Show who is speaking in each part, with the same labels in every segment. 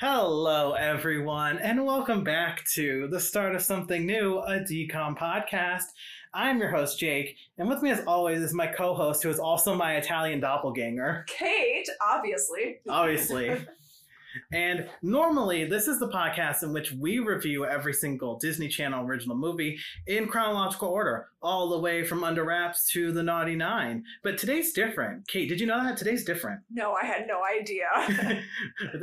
Speaker 1: Hello, everyone, and welcome back to the start of something new, a DCOM podcast. I'm your host, Jake, and with me, as always, is my co host, who is also my Italian doppelganger,
Speaker 2: Kate, obviously.
Speaker 1: Oh. obviously. and normally, this is the podcast in which we review every single Disney Channel original movie in chronological order, all the way from Under Wraps to The Naughty Nine. But today's different. Kate, did you know that? Today's different.
Speaker 2: No, I had no idea.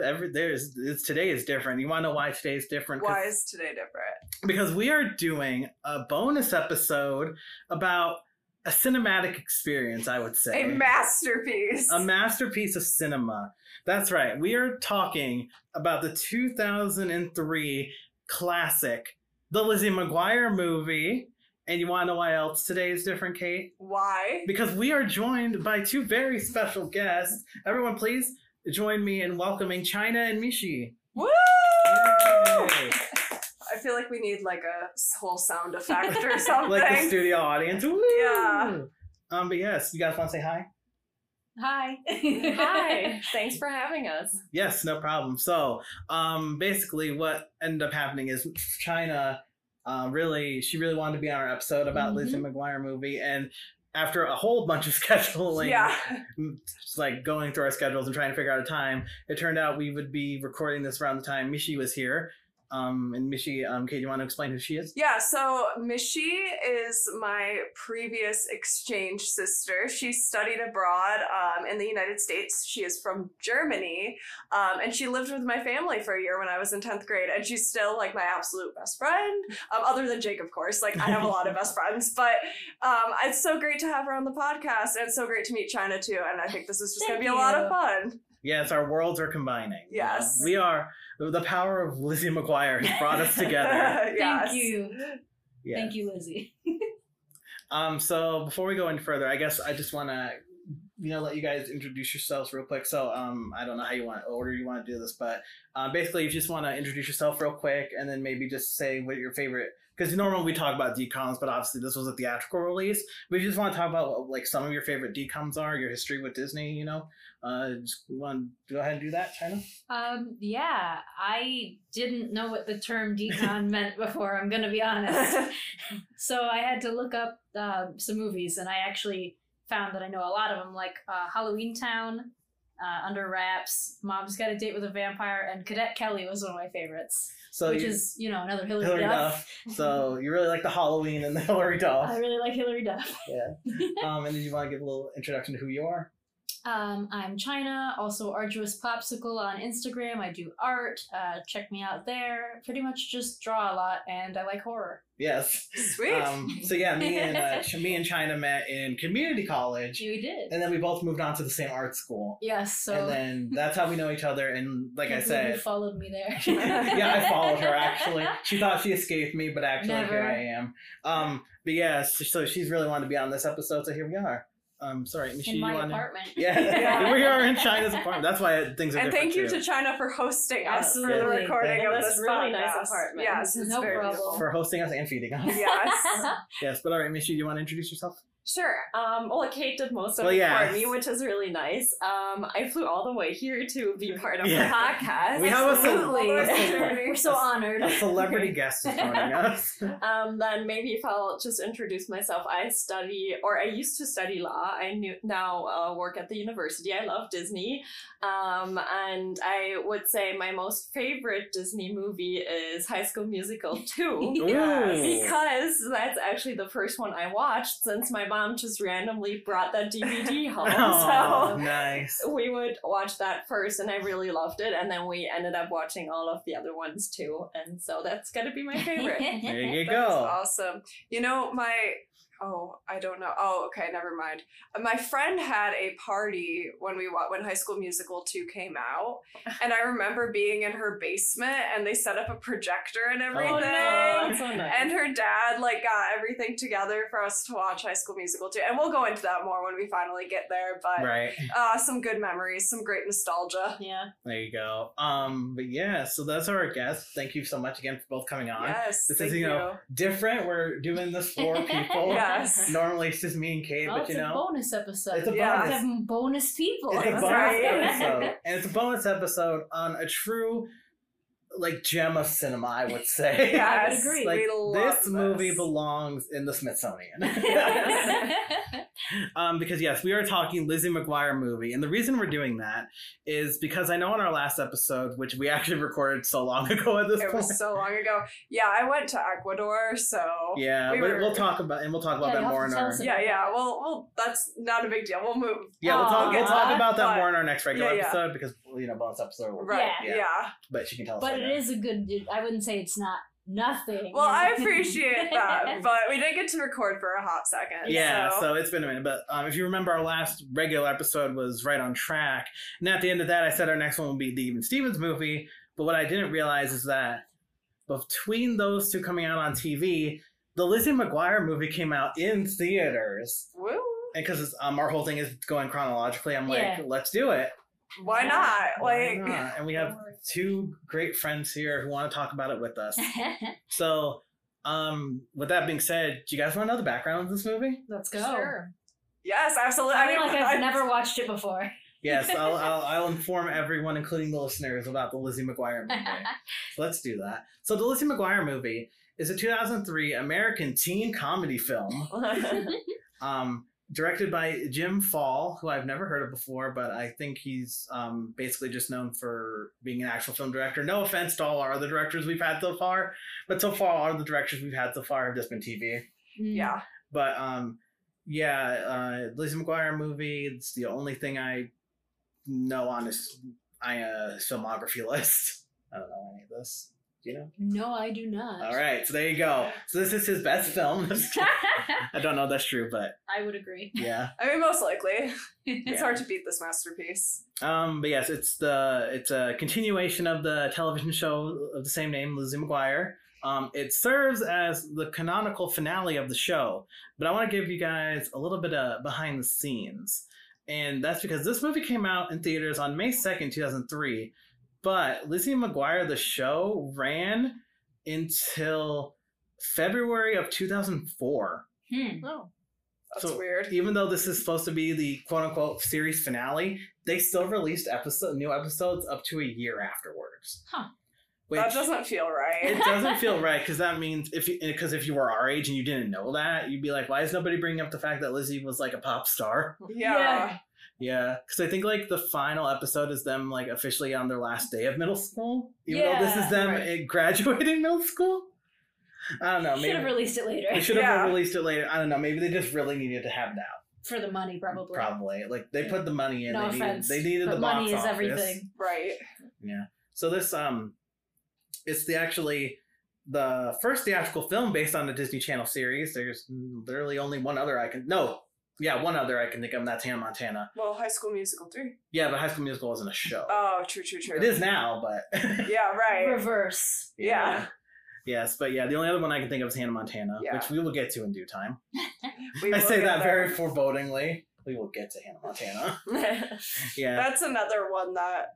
Speaker 1: Every there's it's, today is different. You want to know why today is different? 'Cause-
Speaker 2: Why is today different?
Speaker 1: Because we are doing a bonus episode about a cinematic experience. I would say
Speaker 2: A masterpiece.
Speaker 1: a masterpiece of cinema. That's right. We are talking about the 2003 classic, the Lizzie McGuire movie. And you want to know why else today is different, Kate?
Speaker 2: Why?
Speaker 1: Because we are joined by two very special guests. Everyone, please join me in welcoming China and Mishi.
Speaker 2: Woo!
Speaker 1: Yay.
Speaker 2: I feel like we need like a s- whole sound effect or something.
Speaker 1: like the studio audience. Woo!
Speaker 2: Yeah.
Speaker 1: Um, but yes, you guys want to say hi?
Speaker 3: Hi.
Speaker 2: Hi.
Speaker 3: Thanks for having us.
Speaker 1: Yes, no problem. So, um, basically, what ended up happening is China, uh, really, she really wanted to be on our episode about
Speaker 3: Mhm.
Speaker 1: Lizzie
Speaker 2: Mm-hmm.
Speaker 1: McGuire movie, and after a whole bunch of scheduling,
Speaker 2: yeah.
Speaker 1: just, like going through our schedules and trying to figure out a time, it turned out we would be recording this around the time Mishi was here. Um, and Mishi, um, Kate, you want to explain who she is?
Speaker 2: Yeah, so Mishi is my previous exchange sister. She studied abroad um, in the United States. She is from Germany, um, and she lived with my family for a year when I was in tenth grade. And she's still like my absolute best friend, um, other than Jake, of course. Like I have a lot of best friends, but um, it's so great to have her on the podcast, and it's so great to meet China too. And I think this is just going to
Speaker 3: Thank
Speaker 2: be a lot of
Speaker 3: you.
Speaker 2: fun.
Speaker 1: Yes, our worlds are combining. you know?
Speaker 2: Yes.
Speaker 1: we are. The power of Lizzie McGuire has brought us together.
Speaker 2: Yes.
Speaker 3: Thank you.
Speaker 1: Yeah.
Speaker 3: Thank you, Lizzie.
Speaker 1: Um, so before we go any further, I guess I just want to, you know, let you guys introduce yourselves real quick. So, um, I don't know how you want order you want to do this, but um, basically, you just want to introduce yourself real quick, and then maybe just say what your favorite. Because normally we talk about decoms, but obviously this was a theatrical release. We just want to talk about what, like some of your favorite decoms are, your history with Disney. You know, uh, just want to go ahead and do that, China.
Speaker 3: Um, yeah, I didn't know what the term decon meant before, I'm going to be honest. So I had to look up uh, some movies, and I actually found that I know a lot of them, like uh, Halloween Town, uh, Under Wraps, Mom's Got a Date with a Vampire, and Cadet Kelly was one of my favorites,
Speaker 1: So
Speaker 3: which
Speaker 1: you,
Speaker 3: is, you know, another Hillary,
Speaker 1: Hillary
Speaker 3: Duff.
Speaker 1: Duff. So you really like the Halloween and the Hillary Duff.
Speaker 3: I really like Hillary Duff.
Speaker 1: Um, and then you want to give a little introduction to who you are.
Speaker 3: Um, I'm China, also Arduous Popsicle on Instagram. I do art. Uh, check me out there. Pretty much just draw a lot, and I like horror.
Speaker 1: Yes.
Speaker 2: Sweet.
Speaker 1: Um, so yeah, me and uh, Ch- me and China met in community college,
Speaker 3: You did.
Speaker 1: and then we both moved on to the same art school,
Speaker 3: Yes, so.
Speaker 1: and then that's how we know each other. And like I
Speaker 3: can't believe You
Speaker 1: said,
Speaker 3: followed me there.
Speaker 1: yeah, I followed her. Actually, she thought she escaped me, but actually here
Speaker 3: Never.
Speaker 1: I am. Um, but yeah, so, so she's really wanted to be on this episode, so here we are. Um, sorry, Michelle,
Speaker 3: In
Speaker 1: you
Speaker 3: my
Speaker 1: wanna-
Speaker 3: apartment.
Speaker 1: Yeah,
Speaker 2: Yeah.
Speaker 1: we are in China's apartment. That's why things are
Speaker 2: and
Speaker 1: different
Speaker 2: thank you
Speaker 1: too.
Speaker 2: to China for hosting us for the
Speaker 3: Absolutely.
Speaker 2: recording
Speaker 1: Thank
Speaker 2: of
Speaker 1: you.
Speaker 2: this
Speaker 1: That's
Speaker 4: really nice
Speaker 2: podcast.
Speaker 4: apartment.
Speaker 2: Yes, it's
Speaker 3: No
Speaker 2: very
Speaker 3: problem.
Speaker 2: beautiful.
Speaker 1: for hosting us and feeding us.
Speaker 2: Yes.
Speaker 1: yes, but all right, Michelle, you want to introduce yourself?
Speaker 4: Sure. Um, well, Kate did most of
Speaker 1: Well,
Speaker 4: it
Speaker 1: yeah.
Speaker 4: for me, which is really nice. Um, I flew all the way here to be part of
Speaker 1: Yeah.
Speaker 4: the podcast.
Speaker 1: We have a cel-
Speaker 3: Absolutely.
Speaker 1: a cel-
Speaker 3: We're so honored.
Speaker 1: a celebrity guest is joining us.
Speaker 4: um, then maybe if I'll just introduce myself, I study, or I used to study law. I knew, now uh, work at the university. I love Disney, um, and I would say my most favorite Disney movie is High School Musical Two.
Speaker 1: Ooh.
Speaker 4: Because that's actually the first one I watched since my mom just randomly brought that DVD home.
Speaker 1: Oh,
Speaker 4: so
Speaker 1: nice.
Speaker 4: we would watch that first, and I really loved it. And then we ended up watching all of the other ones too. And so that's going to be my favorite.
Speaker 1: There you
Speaker 2: That's
Speaker 1: go.
Speaker 2: awesome. You know, my oh, I don't know. Oh, okay, never mind. My friend had a party when we wa- when High School Musical 2 came out, and I remember being in her basement and they set up a projector and everything.
Speaker 1: Oh, no.
Speaker 4: so nice.
Speaker 2: And her dad like got everything together for us to watch High School Musical 2. And we'll go into that more when we finally get there, but
Speaker 1: Right.
Speaker 2: uh, some good memories, some great nostalgia.
Speaker 3: Yeah.
Speaker 1: There you go. Um, but yeah, so that's our guest. Thank you so much again for both coming on.
Speaker 2: Yes,
Speaker 1: This is,
Speaker 2: thank
Speaker 1: you
Speaker 2: you.
Speaker 1: know, Different. We're doing this for people.
Speaker 2: Yes.
Speaker 1: Normally it's just me and Kate,
Speaker 3: Oh,
Speaker 1: but
Speaker 3: it's
Speaker 1: you
Speaker 3: a
Speaker 1: know,
Speaker 3: bonus episode.
Speaker 1: it's a
Speaker 2: Yeah.
Speaker 1: bonus.
Speaker 3: Have bonus people.
Speaker 1: It's a
Speaker 2: That's
Speaker 1: bonus
Speaker 2: right.
Speaker 1: episode, and it's a bonus episode on a true like gem of cinema, I would say.
Speaker 3: Yeah, I would agree.
Speaker 1: Like
Speaker 2: we love
Speaker 1: this movie belongs in the Smithsonian. um, because yes, we are talking Lizzie McGuire movie, and the reason we're doing that is because I know in our last episode, which we actually recorded so long ago at this
Speaker 2: It
Speaker 1: point.
Speaker 2: was so long ago. Yeah, I went to Ecuador, so
Speaker 1: yeah,
Speaker 2: we
Speaker 1: we
Speaker 2: were-
Speaker 1: will talk about and we'll talk about
Speaker 3: Yeah,
Speaker 1: that
Speaker 3: you'll
Speaker 1: more
Speaker 3: have
Speaker 1: in
Speaker 3: to
Speaker 1: our
Speaker 3: tell us
Speaker 2: yeah, yeah. Well, well, that's not a big deal. We'll move.
Speaker 1: yeah we'll talk we'll talk
Speaker 3: Aw.
Speaker 1: about that
Speaker 2: But-
Speaker 1: more in our next regular
Speaker 2: yeah, yeah.
Speaker 1: episode because you know bonus episode, will-
Speaker 2: Right.
Speaker 1: Yeah.
Speaker 2: Yeah.
Speaker 1: but she can tell us.
Speaker 3: but
Speaker 1: later.
Speaker 3: it is a good. I wouldn't say it's not nothing.
Speaker 2: Well, I appreciate that, but we didn't get to record for a hot second.
Speaker 1: Yeah,
Speaker 2: so-
Speaker 1: so. it's been a minute. But um, if you remember, our last regular episode was right on track. And at the end of that, I said our next one will be the Even Stevens movie. But what I didn't realize is that between those two coming out on TV, the Lizzie McGuire movie came out in theaters.
Speaker 2: Woo.
Speaker 1: And because um, our whole thing is going chronologically, I'm like,
Speaker 3: Yeah.
Speaker 1: let's do it.
Speaker 2: Why
Speaker 3: Yeah.
Speaker 2: not?
Speaker 1: Why
Speaker 2: Like,
Speaker 1: not? And we have two great friends here who want to talk about it with us. so, um, with that being said, do you guys want to know the background of this movie?
Speaker 3: Let's go.
Speaker 4: Sure.
Speaker 2: yes, absolutely.
Speaker 3: I
Speaker 2: I
Speaker 3: feel
Speaker 2: mean,
Speaker 3: like I've
Speaker 2: I-
Speaker 3: never watched it before.
Speaker 1: Yes, I'll, I'll, I'll inform everyone, including the listeners, about the Lizzie McGuire movie. So let's do that. So, the Lizzie McGuire movie is a 2003 American teen comedy film um, directed by Jim Fall, who I've never heard of before, but I think he's um, basically just known for being an actual film director. No offense to all our other directors we've had so far, but so far, all the directors we've had so far have just been TV.
Speaker 2: yeah.
Speaker 1: But um, yeah, uh, Lizzie McGuire movie. It's the only thing I know on his I uh, filmography list. I don't know any of this. Do you know?
Speaker 3: Mm, No, I do not.
Speaker 1: All right, so there you go. So this is his best film. I don't know if that's true, but
Speaker 3: I would agree.
Speaker 1: yeah.
Speaker 2: I mean, most likely.
Speaker 1: Yeah.
Speaker 2: It's hard to beat this masterpiece.
Speaker 1: Um, but yes, it's the it's a continuation of the television show of the same name, Lizzie McGuire. Um, it serves as the canonical finale of the show, but I want to give you guys a little bit of behind the scenes, and that's because this movie came out in theaters on May second, two thousand three. But Lizzie McGuire, the show, ran until February of two thousand four.
Speaker 3: Hmm.
Speaker 4: Oh.
Speaker 2: That's
Speaker 1: So-
Speaker 2: weird.
Speaker 1: even though this is supposed to be the quote unquote series finale, they still released episode new episodes up to a year afterwards.
Speaker 3: Huh.
Speaker 1: Which
Speaker 2: that doesn't feel right.
Speaker 1: it doesn't feel right because that means if you because if you were our age and you didn't know that, you'd be like, why is nobody bringing up the fact that Lizzie was like a pop star?
Speaker 2: yeah.
Speaker 1: Yeah, because I think like the final episode is them like officially on their last day of middle school, even though this is
Speaker 3: Yeah,
Speaker 1: them
Speaker 3: right.
Speaker 1: uh, graduating middle school. I don't know.
Speaker 3: Should have
Speaker 1: Maybe
Speaker 3: released it later
Speaker 1: they should have
Speaker 2: Yeah.
Speaker 1: released it later. I don't know. Maybe they just really needed to have that.
Speaker 3: for the money, probably.
Speaker 1: Probably. Like they put the money in.
Speaker 3: No
Speaker 1: they
Speaker 3: offense.
Speaker 1: Needed, they needed
Speaker 3: but
Speaker 1: the box
Speaker 3: money is
Speaker 1: office.
Speaker 3: everything.
Speaker 2: Right.
Speaker 1: So this um, it's the actually the first theatrical film based on the Disney Channel series. There's literally only one other I can no. Yeah, one other I can think of, and that's Hannah Montana.
Speaker 2: Well, High School Musical 3.
Speaker 1: Yeah, but High School Musical wasn't a show.
Speaker 2: Oh, true, true, true.
Speaker 1: it is now, but
Speaker 2: Yeah, right.
Speaker 3: Reverse.
Speaker 2: Yeah.
Speaker 1: Yes, but yeah, the only other one I can think of is Hannah Montana,
Speaker 2: Yeah.
Speaker 1: which we will get to in due time.
Speaker 2: We
Speaker 1: I
Speaker 2: will
Speaker 1: say
Speaker 2: get
Speaker 1: that
Speaker 2: there.
Speaker 1: very forebodingly. We will get to Hannah Montana. Yeah,
Speaker 2: That's another one that.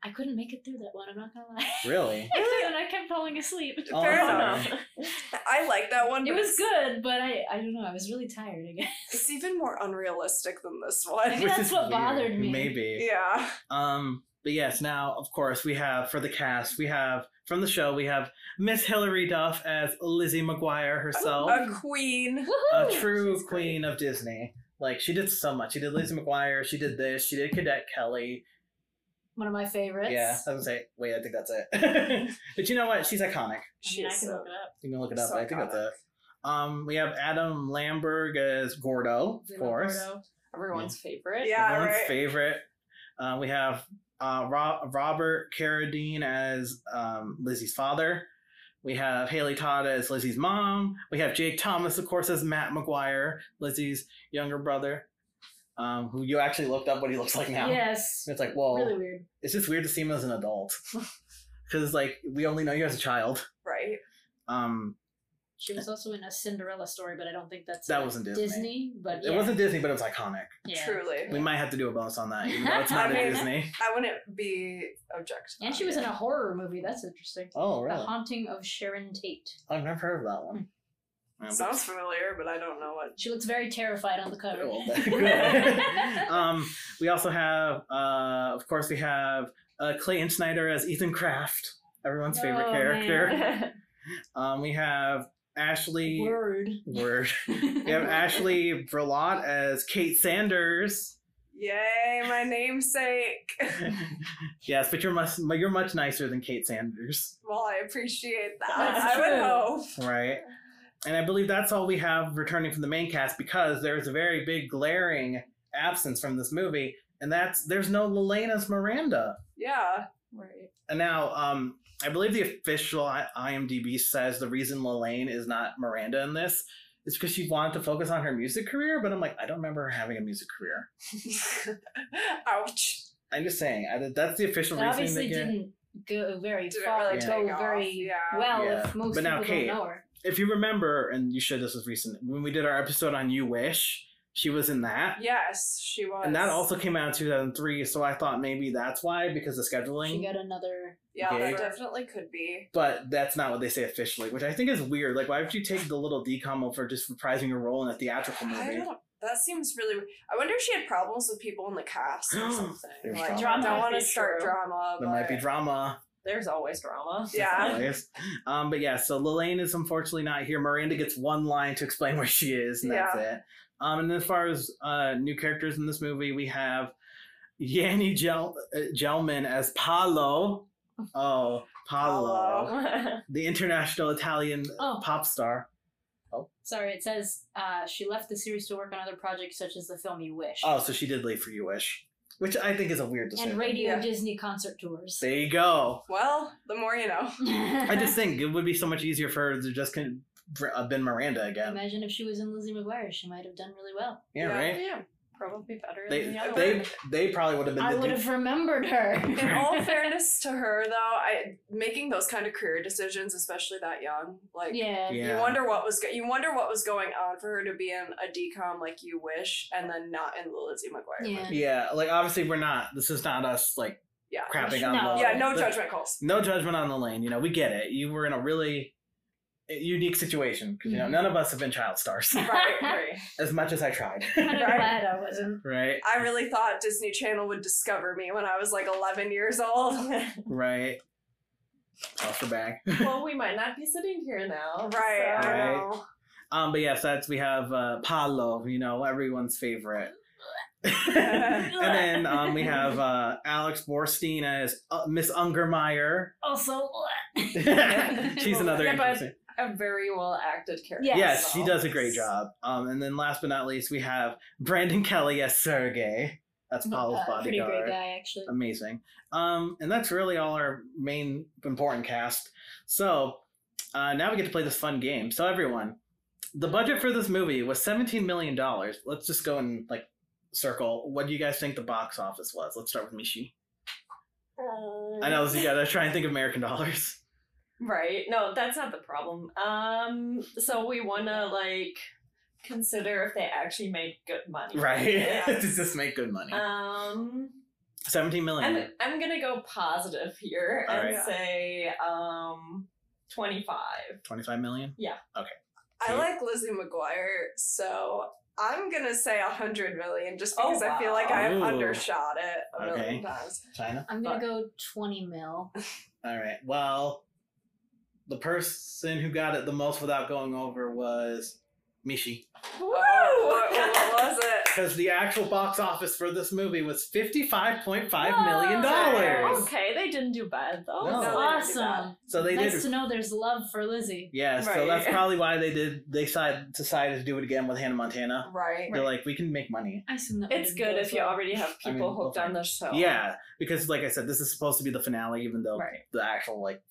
Speaker 3: I couldn't make it through that one. I'm not gonna lie.
Speaker 1: really.
Speaker 3: I couldn't. I kept falling asleep.
Speaker 1: Oh,
Speaker 2: fair
Speaker 1: I'm
Speaker 2: enough.
Speaker 1: sorry.
Speaker 2: I like that one.
Speaker 3: It
Speaker 2: but
Speaker 3: was
Speaker 2: it's-
Speaker 3: good, but I I don't know. I was really tired again.
Speaker 2: It's even more unrealistic than this
Speaker 3: Maybe
Speaker 2: one.
Speaker 1: Which
Speaker 3: that's
Speaker 1: is
Speaker 3: what
Speaker 1: weird.
Speaker 3: bothered me.
Speaker 1: Maybe.
Speaker 2: Yeah.
Speaker 1: Um, but yes, now of course we have for the cast, we have from the show, we have Miss Hilary Duff as Lizzie McGuire herself,
Speaker 2: A queen.
Speaker 1: a
Speaker 3: Woohoo!
Speaker 1: true
Speaker 2: Oh, She's great.
Speaker 1: queen of Disney. Like she did so much. She did Lizzie McGuire. She did this. She did Cadet Kelly.
Speaker 3: one of my favorites.
Speaker 1: Yeah, I was gonna say. Wait, I think that's it. but you know what? She's iconic.
Speaker 3: I mean, I
Speaker 2: She's
Speaker 3: can
Speaker 2: so-
Speaker 3: look it up.
Speaker 1: You can look it up.
Speaker 2: So
Speaker 1: but I think that's
Speaker 2: iconic.
Speaker 1: it. Um, we have Adam Lamberg as Gordo, of
Speaker 3: Zuma
Speaker 1: course.
Speaker 3: Gordo.
Speaker 4: Everyone's favorite.
Speaker 2: Yeah,
Speaker 1: everyone's
Speaker 2: right.
Speaker 1: favorite. Uh, we have uh, Rob- Robert Carradine as um, Lizzie's father. We have Haley Todd as Lizzie's mom. We have Jake Thomas, of course, as Matt McGuire, Lizzie's younger brother, um, who you actually looked up what he looks like now.
Speaker 3: Yes.
Speaker 1: It's like, well,
Speaker 3: Really weird.
Speaker 1: it's just weird to see him as an adult because, like, we only know you as a child.
Speaker 2: Right.
Speaker 1: Um,
Speaker 3: She was also in a Cinderella story, but I don't think that's
Speaker 1: That
Speaker 3: uh,
Speaker 1: wasn't Disney.
Speaker 3: Disney. but yeah.
Speaker 1: It wasn't Disney, but it was iconic.
Speaker 3: Yeah.
Speaker 2: Truly.
Speaker 1: We might have to do a bonus on that, even though it's not
Speaker 2: I
Speaker 1: a
Speaker 2: mean-
Speaker 1: Disney.
Speaker 2: I wouldn't be objective.
Speaker 3: And she was in a horror movie. That's interesting.
Speaker 1: Oh,
Speaker 3: The
Speaker 1: really?
Speaker 3: Haunting of Sharon Tate.
Speaker 1: I've never heard of that one. Um,
Speaker 2: Sounds familiar, but I don't know what.
Speaker 3: She looks very terrified on the cover.
Speaker 1: Well, good. um, we also have, uh, of course, we have uh, Clayton Snyder as Ethan Kraft. everyone's favorite
Speaker 3: Oh,
Speaker 1: character.
Speaker 4: yeah.
Speaker 1: Um, we have Ashley
Speaker 4: Word.
Speaker 1: Word. We have Ashley Verlot as Kate Sanders.
Speaker 2: Yay, my namesake.
Speaker 1: yes, but you're much you're much nicer than Kate Sanders,
Speaker 2: well, I appreciate that.
Speaker 4: That's
Speaker 2: I would
Speaker 4: true.
Speaker 2: hope.
Speaker 1: right? And I believe that's all we have returning from the main cast because there's a very big glaring absence from this movie, and that's there's no Lelena's Miranda.
Speaker 2: Yeah.
Speaker 4: Right.
Speaker 1: And now, um, I believe the official I- IMDb says the reason Lelaine is not Miranda in this is because she wanted to focus on her music career. But I'm like, I don't remember her having a music career.
Speaker 2: Ouch.
Speaker 1: I'm just saying I, that's the official
Speaker 3: It
Speaker 1: reason.
Speaker 3: obviously
Speaker 1: They get.
Speaker 3: didn't go very
Speaker 2: Didn't
Speaker 3: far,
Speaker 2: really
Speaker 3: go
Speaker 2: take off,
Speaker 3: very
Speaker 2: yeah.
Speaker 3: well
Speaker 1: Yeah.
Speaker 3: if most
Speaker 1: But now
Speaker 3: people
Speaker 1: Kate-
Speaker 3: don't know her.
Speaker 1: If you remember, and you should, this was recent when we did our episode on You Wish. She was in that,
Speaker 2: Yes, she was.
Speaker 1: and that also came out in 2003. So I thought maybe that's why because of
Speaker 3: She
Speaker 1: scheduling.
Speaker 3: got another.
Speaker 2: Yeah,
Speaker 1: gay.
Speaker 2: that definitely could be.
Speaker 1: but that's not what they say officially, which I think is weird. Like, why would you take the little decom for just reprising your role in a theatrical movie?
Speaker 2: I don't. That seems really. I wonder if she had problems with people in the cast or something.
Speaker 1: There's
Speaker 2: like,
Speaker 1: drama.
Speaker 2: I
Speaker 3: Drama
Speaker 2: don't
Speaker 3: might
Speaker 2: want to
Speaker 4: be
Speaker 2: start
Speaker 4: true.
Speaker 2: drama.
Speaker 1: there might be
Speaker 2: but-
Speaker 1: drama.
Speaker 4: There's always drama.
Speaker 2: Yeah.
Speaker 1: Anyways. Um, but yeah, so Lelaine is unfortunately not here. Miranda gets one line to explain where she is, and that's it. Um, and as far as uh, new characters in this movie, we have Yanni Gel- uh, Gelman as Paolo. Oh, Paolo, the international Italian
Speaker 3: Oh,
Speaker 1: pop star.
Speaker 3: sorry. It says uh, she left the series to work on other projects such as the film You Wish
Speaker 1: Oh, so she did leave for You Wish, which I think is a weird
Speaker 3: and
Speaker 1: decision.
Speaker 3: Radio
Speaker 2: Yeah.
Speaker 3: Disney concert tours.
Speaker 1: there you go.
Speaker 2: Well, the more you know.
Speaker 1: I just think it would be so much easier for her to just con- uh, been Miranda again.
Speaker 3: imagine if she was in Lizzie McGuire, she might have done really well.
Speaker 1: Yeah,
Speaker 2: Yeah.
Speaker 1: right.
Speaker 4: yeah. Probably better than
Speaker 1: They,
Speaker 4: the other
Speaker 1: they,
Speaker 4: one.
Speaker 1: they probably would have been.
Speaker 3: I
Speaker 1: the
Speaker 3: would
Speaker 1: new-
Speaker 3: have remembered her.
Speaker 2: In all fairness to her, though, I making those kind of career decisions, especially that young, like
Speaker 3: yeah.
Speaker 1: Yeah.
Speaker 2: You wonder what was go- you wonder what was going on for her to be in a decom like you wish, and then not in the Lizzie McGuire.
Speaker 3: Yeah.
Speaker 1: Yeah, like obviously we're not. This is not us like
Speaker 2: Yeah.
Speaker 1: crapping on.
Speaker 3: No.
Speaker 1: the,
Speaker 2: Yeah, no
Speaker 1: the-
Speaker 2: judgment calls.
Speaker 1: No judgment on the lane. You know, we get it. You were in a really eh, unique situation 'cause, you know
Speaker 3: Mhm.
Speaker 1: none of us have been child stars
Speaker 2: Right, right.
Speaker 1: as much as I tried.
Speaker 3: I'm
Speaker 2: Right.
Speaker 3: glad I wasn't.
Speaker 1: right,
Speaker 2: I really thought Disney Channel would discover me when I was like 11 years old.
Speaker 1: right. Toss her back.
Speaker 4: well, we might not be sitting here now.
Speaker 2: right,
Speaker 4: so-
Speaker 1: Right.
Speaker 2: I know.
Speaker 1: Um, but yes, that's we have uh, Paolo. You know, everyone's favorite. and then um, we have uh, Alex Borstein as uh, Miss Ungermeyer.
Speaker 3: Also,
Speaker 1: She's another
Speaker 4: Yeah, but-
Speaker 1: interesting.
Speaker 4: A very well acted character.
Speaker 3: Yes.
Speaker 1: Yes, she
Speaker 4: though.
Speaker 1: does a great job. Um, and then last but not least, we have Brandon Kelly as Sergey. That's Paul's
Speaker 3: uh, pretty great
Speaker 1: bodyguard.
Speaker 3: guy actually.
Speaker 1: Amazing. Um, and that's really all our main important cast. So uh, now we get to play this fun game. So everyone, the budget for this movie was seventeen million dollars. Let's just go and like circle. What do you guys think the box office was? Let's start with Mishi. I know you gotta try and think of American dollars.
Speaker 4: Right. No, that's not the problem. Um, so we wanna like consider if they actually made good money.
Speaker 1: Right.
Speaker 4: Yeah.
Speaker 1: Does this make good money?
Speaker 4: Um
Speaker 1: Seventeen million.
Speaker 4: I'm I'm gonna go positive here
Speaker 1: All
Speaker 4: and
Speaker 2: right.
Speaker 4: say um twenty five.
Speaker 1: Twenty-five million.
Speaker 2: I like Lizzie McGuire, so I'm gonna say 100 million just
Speaker 4: Oh,
Speaker 2: because I feel like I've
Speaker 1: wow. Ooh.
Speaker 2: undershot it a
Speaker 1: Okay.
Speaker 2: million times.
Speaker 1: China.
Speaker 3: I'm gonna go 20 mil.
Speaker 1: All right. Well, the person who got it the most without going over was Mishi.
Speaker 4: Woo!
Speaker 2: Oh, what, what was it?
Speaker 1: Because the actual box office for this movie was fifty-five point five million dollars.
Speaker 4: Oh, Okay, they didn't do bad though.
Speaker 1: No.
Speaker 2: No, they didn't do that.
Speaker 3: awesome.
Speaker 1: So they
Speaker 3: nice
Speaker 1: did.
Speaker 3: to know there's love for Lizzie.
Speaker 1: yeah, so
Speaker 4: Right.
Speaker 1: that's probably why they did. They decided, decided to do it again with Hannah Montana.
Speaker 2: Right.
Speaker 1: They're like, we can make money.
Speaker 3: I assume that
Speaker 4: It's
Speaker 3: wouldn't go
Speaker 4: good
Speaker 3: as
Speaker 4: if you
Speaker 3: well.
Speaker 4: already have
Speaker 1: I mean,
Speaker 4: people hooked
Speaker 1: okay.
Speaker 4: on the show.
Speaker 1: Yeah, because like I said, this is supposed to be the finale, even though
Speaker 4: Right.
Speaker 1: the actual like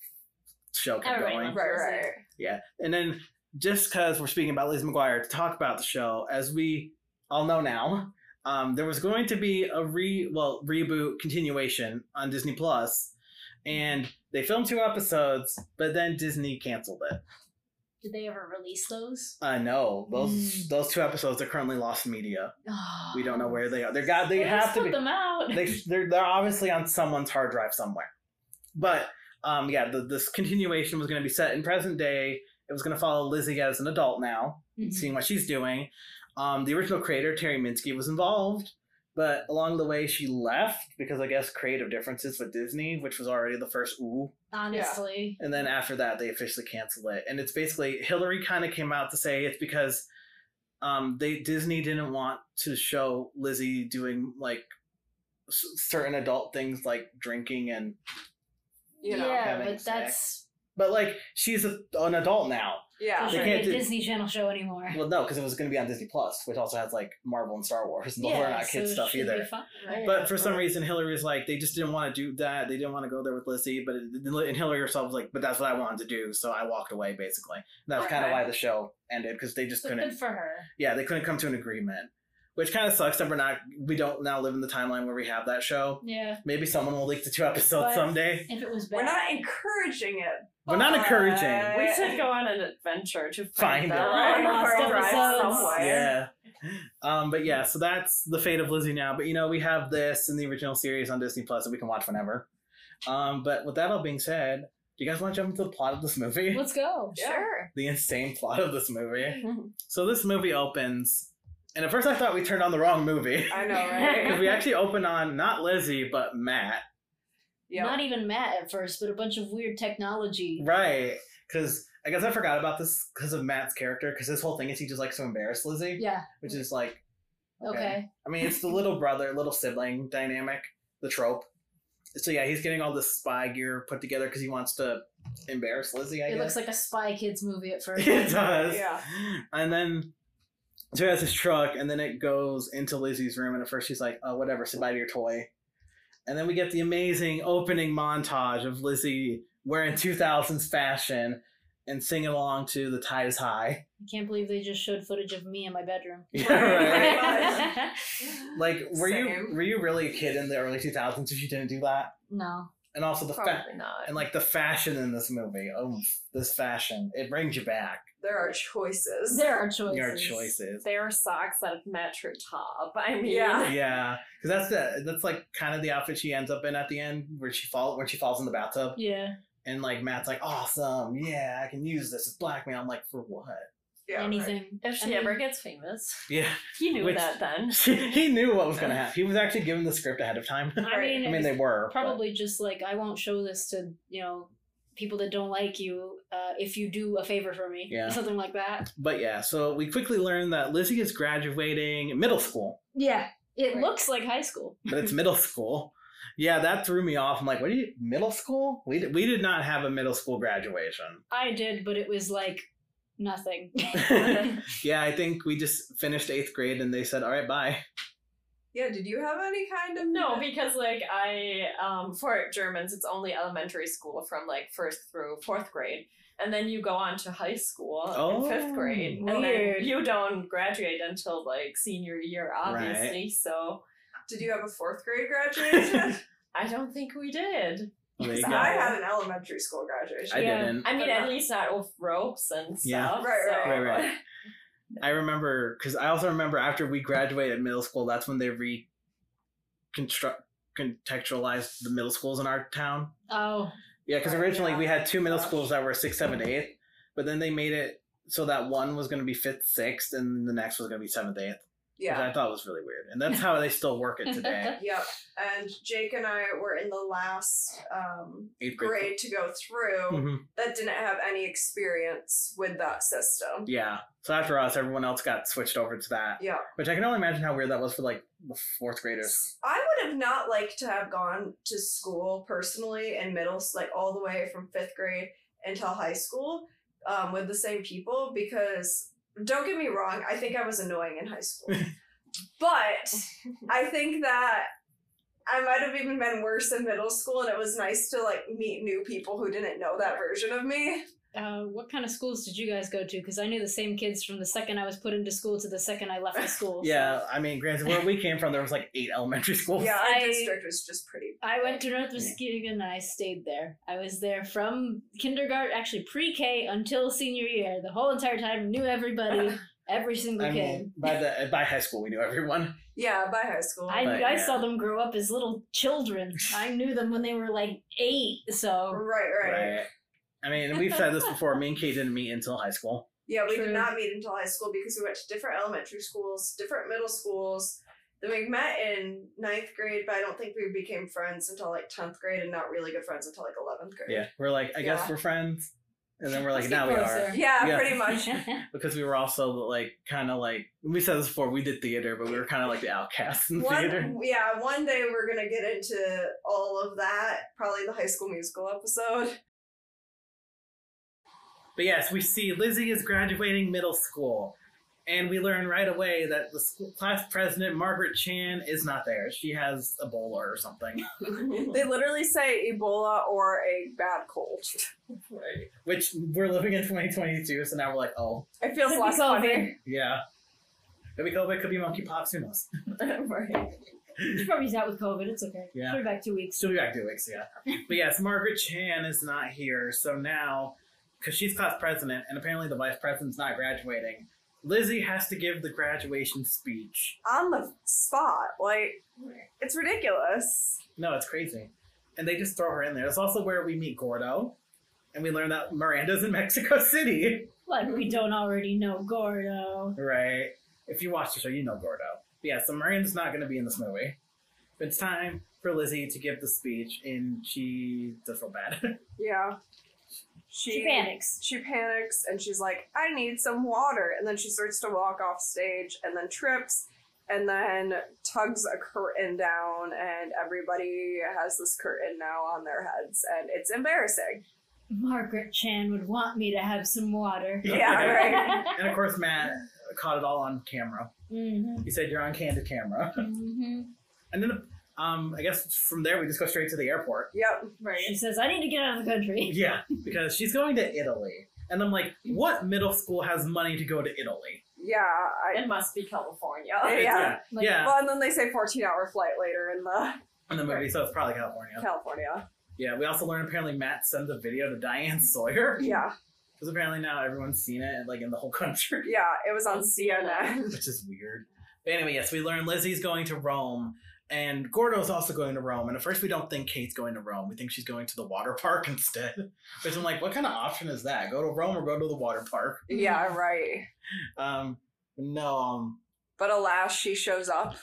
Speaker 1: show kept
Speaker 3: Everybody
Speaker 1: going.
Speaker 3: loves
Speaker 2: Right,
Speaker 3: Lizzie.
Speaker 2: right.
Speaker 1: Yeah, and then just because we're speaking about Liz McGuire to talk about the show, as we all know now, um, there was going to be a re well reboot continuation on Disney Plus, and they filmed two episodes, but then Disney canceled it.
Speaker 3: Did they ever release those?
Speaker 1: I know those
Speaker 3: Mm.
Speaker 1: those two episodes are currently lost in media.
Speaker 3: Ah.
Speaker 1: We don't know where they are. They're got they
Speaker 3: Well, let's
Speaker 1: have to be
Speaker 3: put them out.
Speaker 1: they they're, they're obviously on someone's hard drive somewhere. But um, yeah, the, this continuation was going to be set in present day. It was going to follow Lizzie as an adult now.
Speaker 3: Mhm.
Speaker 1: seeing what she's doing. Um, the original creator Terry Minsky was involved. But along the way, she left because I guess creative differences with Disney, which was already the first ooh.
Speaker 3: honestly.
Speaker 1: And then after that, they officially canceled it. And it's basically Hillary kind of came out to say it's because um, they Disney didn't want to show Lizzie doing like s- certain adult things like drinking and
Speaker 2: you know.
Speaker 3: yeah,
Speaker 1: having
Speaker 3: but
Speaker 1: sex.
Speaker 3: that's
Speaker 1: but like she's a, an adult now.
Speaker 2: Yeah.
Speaker 3: doesn't
Speaker 1: They
Speaker 3: make
Speaker 1: can't
Speaker 3: a
Speaker 1: do-
Speaker 3: Disney Channel show anymore.
Speaker 1: Well, no, because it was going to be on Disney Plus, which also has like Marvel and Star Wars. Yeah, we're not kids
Speaker 3: so
Speaker 1: stuff
Speaker 3: should be
Speaker 1: either.
Speaker 3: fine,
Speaker 4: Right.
Speaker 3: right?
Speaker 1: But for some reason, Hillary was like, they just didn't want to do that. They didn't want to go there with Lizzie. But it, and Hillary herself was like, but that's what I wanted to do. So I walked away basically. And that's kind of
Speaker 2: Okay.
Speaker 1: why the show ended because they just
Speaker 3: So
Speaker 1: couldn't.
Speaker 3: good for her.
Speaker 1: yeah, they couldn't come to an agreement, which kind of sucks that we're not. We don't now live in the timeline where we have that show.
Speaker 3: Yeah,
Speaker 1: Maybe someone will leak the two episodes
Speaker 3: But-
Speaker 1: someday.
Speaker 3: if it was bad,
Speaker 2: We're not encouraging it.
Speaker 1: We're not encouraging.
Speaker 2: but-
Speaker 4: We should go on an adventure to
Speaker 1: Find
Speaker 4: find,
Speaker 1: it.
Speaker 4: out.
Speaker 3: Right. Lost
Speaker 4: Or drive
Speaker 3: episodes.
Speaker 4: somewhere.
Speaker 1: Yeah. Um, but yeah, so that's the fate of Lizzie now. But you know, we have this in the original series on Disney Plus that we can watch whenever. Um, but with that all being said, do you guys want to jump into the plot of this movie?
Speaker 3: let's go.
Speaker 2: Sure.
Speaker 1: the insane plot of this movie. So this movie opens, and at first I thought we turned on the wrong movie
Speaker 2: I know, right?
Speaker 1: because we actually open on not Lizzie but Matt,
Speaker 2: yeah.
Speaker 3: Not even Matt at first, but a bunch of weird technology.
Speaker 1: right? Because I guess I forgot about this because of Matt's character. Because his whole thing is he just likes to embarrass Lizzie,
Speaker 3: Yeah.
Speaker 1: which is like
Speaker 3: Okay.
Speaker 1: I mean, it's the little brother, little sibling dynamic, the trope. So yeah, he's getting all this spy gear put together because he wants to embarrass Lizzie. I
Speaker 3: It
Speaker 1: guess
Speaker 3: looks like a Spy Kids movie at first.
Speaker 1: it does.
Speaker 2: Yeah.
Speaker 1: And then so he has his truck, and then it goes into Lizzie's room, and at first she's like, "Oh, whatever, sit by to your toy." And then we get the amazing opening montage of Lizzie wearing 2000s fashion and singing along to "The Tide Is High."
Speaker 3: I can't believe they just showed footage of me in my bedroom.
Speaker 2: Right.
Speaker 1: Like, were you
Speaker 2: Same.
Speaker 1: were you really a kid in the early 2000s if you didn't do that?
Speaker 3: no.
Speaker 1: And also the fa-
Speaker 4: Probably not.
Speaker 1: and like the fashion in this movie. Oh, this fashion it brings you back.
Speaker 2: There are choices.
Speaker 3: There are choices.
Speaker 1: Your choices.
Speaker 4: There are socks that match her top. I mean,
Speaker 2: Yeah.
Speaker 1: yeah, because that's the that's like kind of the outfit she ends up in at the end, where she fall when she falls in the bathtub,
Speaker 3: Yeah.
Speaker 1: and like Matt's like, "Awesome, yeah, I can use this. It's blackmail." I'm like, "For what?"
Speaker 2: Yeah,
Speaker 3: Anything.
Speaker 4: If she
Speaker 3: I mean,
Speaker 4: ever gets famous,
Speaker 1: Yeah,
Speaker 4: he knew
Speaker 1: Which-
Speaker 4: that then.
Speaker 1: he knew what was gonna happen. He was actually given the script ahead of time.
Speaker 3: I mean,
Speaker 1: I mean, they were but-
Speaker 3: probably just like I won't show this to you know people that don't like you uh, if you do a favor for me,
Speaker 1: Yeah.
Speaker 3: something like that.
Speaker 1: but yeah. So we quickly learn that Lizzie is graduating middle school,
Speaker 3: Yeah, it
Speaker 4: Right.
Speaker 3: looks like high school.
Speaker 1: but it's middle school. Yeah, that threw me off. I'm like, "What? Are you, middle school? We did, we did not have a middle school graduation."
Speaker 3: I did, but it was like nothing.
Speaker 1: yeah, I think we just finished eighth grade, and they said, "All right, bye."
Speaker 2: Yeah, did you have any kind of
Speaker 4: No, because like I, um, for Germans, it's only elementary school from like first through fourth grade, and then you go on to high school
Speaker 1: Oh,
Speaker 4: in fifth grade, and
Speaker 3: weird.
Speaker 4: then you don't graduate until like senior year, obviously. So
Speaker 2: Did you have a fourth grade graduation?
Speaker 4: I don't think we did.
Speaker 1: There you
Speaker 2: So
Speaker 1: go.
Speaker 2: I had an elementary school graduation.
Speaker 1: I
Speaker 3: Yeah.
Speaker 1: didn't.
Speaker 4: I mean,
Speaker 2: But
Speaker 4: at
Speaker 2: not-
Speaker 4: least not with ropes and stuff.
Speaker 1: Yeah.
Speaker 2: Right,
Speaker 4: so-
Speaker 2: right,
Speaker 1: Right, right. I remember because I also remember after we graduated middle school, that's when they reconstruct contextualized the middle schools in our town.
Speaker 3: oh,
Speaker 1: Yeah, because
Speaker 4: Right,
Speaker 1: originally
Speaker 4: yeah.
Speaker 1: we had two middle
Speaker 4: Gosh.
Speaker 1: schools that were sixth, seventh, eighth, but then they made it so that one was going to be fifth, sixth, and the next was going to be seventh, eighth,
Speaker 2: Yeah.
Speaker 1: which I thought was really weird. And that's how they still work it today.
Speaker 2: Yep. And Jake and I were in the last um,
Speaker 1: Eighth grade.
Speaker 2: grade to go through
Speaker 1: hmm
Speaker 2: that didn't have any experience with that system.
Speaker 1: Yeah. So after us, everyone else got switched over to that,
Speaker 2: Yeah.
Speaker 1: which I can only imagine how weird that was for like the fourth graders.
Speaker 2: I would have not liked to have gone to school personally in middle, like all the way from fifth grade until high school um, with the same people because don't get me wrong, I think I was annoying in high school. but I think that I might have even been worse in middle school and it was nice to like meet new people who didn't know that version of me.
Speaker 3: uh, what kind of schools did you guys go to? Because I knew the same kids from the second I was put into school to the second I left the school.
Speaker 1: Yeah, I mean, granted, where we came from, there was like eight elementary schools.
Speaker 2: Yeah, our
Speaker 3: I-
Speaker 2: district was just pretty.
Speaker 3: I went to North Muskegon and I stayed there. I was there from kindergarten, actually pre K until senior year. The whole entire time, knew everybody, every single
Speaker 1: I
Speaker 3: kid.
Speaker 1: mean, by the by high school, we knew everyone.
Speaker 2: Yeah, by high school.
Speaker 3: I,
Speaker 1: But,
Speaker 3: I
Speaker 1: yeah.
Speaker 3: saw them grow up as little children. I knew them when they were like eight, so
Speaker 2: right, right,
Speaker 1: I mean, and we've said this before. Me and Kate didn't meet until high school.
Speaker 2: Yeah, we
Speaker 3: True.
Speaker 2: did not meet until high school because we went to different elementary schools, different middle schools, Then we met in ninth grade, but I don't think we became friends until like tenth grade, and not really good friends until like eleventh grade.
Speaker 1: Yeah, we're like, I guess
Speaker 2: Yeah.
Speaker 1: we're friends, and then we're like,
Speaker 3: Let's
Speaker 1: now
Speaker 3: get
Speaker 1: we are
Speaker 3: closer.
Speaker 2: Yeah,
Speaker 1: Yeah.
Speaker 2: pretty much.
Speaker 1: because we were also like kind of like we said this before. We did theater, but we were kind of like the outcasts in theater.
Speaker 2: One, yeah, one day we're gonna get into all of that. Probably the High School Musical episode.
Speaker 1: But yes, we see Lizzie is graduating middle school, and we learn right away that the school class president Margaret Chan is not there. She has Ebola or something,
Speaker 2: They literally say Ebola or a bad cold.
Speaker 1: which we're living in 2022. So now we're like, oh
Speaker 2: It feels
Speaker 3: Could be
Speaker 2: less funny.
Speaker 1: yeah, could be COVID, could be monkeypox, who knows?
Speaker 2: Right.
Speaker 3: She probably's out with COVID. It's okay.
Speaker 1: Yeah.
Speaker 3: Put her back two weeks.
Speaker 1: She'll be back two weeks, yeah. But yes, Margaret Chan is not here, so now, because she's class president, and apparently the vice president's not graduating, Lizzie has to give the graduation speech.
Speaker 2: On the spot, like it's ridiculous.
Speaker 1: No, it's crazy. And they just throw her in there. It's also where we meet Gordo, and we learn that Miranda's in Mexico City.
Speaker 3: Like we don't already know Gordo.
Speaker 1: Right. If you watch the show, you know Gordo. But yeah, so Miranda's not going to be in this movie. But it's time for Lizzie to give the speech, and she does feel bad.
Speaker 2: Yeah.
Speaker 3: She panics.
Speaker 2: She panics and she's like, I need some water. And then she starts to walk off stage and then trips and then tugs a curtain down. And everybody has this curtain now on their heads. And it's embarrassing.
Speaker 3: Margaret Chan would want me to have some water.
Speaker 2: Yeah, right.
Speaker 1: and of course, Matt caught it all on camera.
Speaker 3: mm-hmm.
Speaker 1: You said you're on candid camera.
Speaker 3: Mm-hmm.
Speaker 1: And then um I guess from there we just go straight to the airport.
Speaker 2: Yep.
Speaker 3: Right. She says, I need to get out of the country.
Speaker 1: Yeah, because she's going to Italy. And I'm like, what middle school has money to go to Italy?
Speaker 2: Yeah. I,
Speaker 4: It must be California.
Speaker 2: Yeah.
Speaker 1: It's- yeah.
Speaker 2: Well, and then they say 14 hour flight later in the
Speaker 1: In the movie, so it's probably California.
Speaker 2: California.
Speaker 1: Yeah, we also learned apparently Matt sends a video to Diane Sawyer.
Speaker 2: Yeah.
Speaker 1: Because apparently now everyone's seen it like in the whole country.
Speaker 2: Yeah. It was on CNN.
Speaker 1: which is weird. But anyway, yes, we learn Lizzie's going to Rome, and Gordo's also going to Rome. And at first, we don't think Kate's going to Rome. We think she's going to the water park instead. Which I'm like, what kind of option is that? Go to Rome or go to the water park?
Speaker 2: yeah. Right.
Speaker 1: Um, no. Um,
Speaker 2: But alas, she shows up.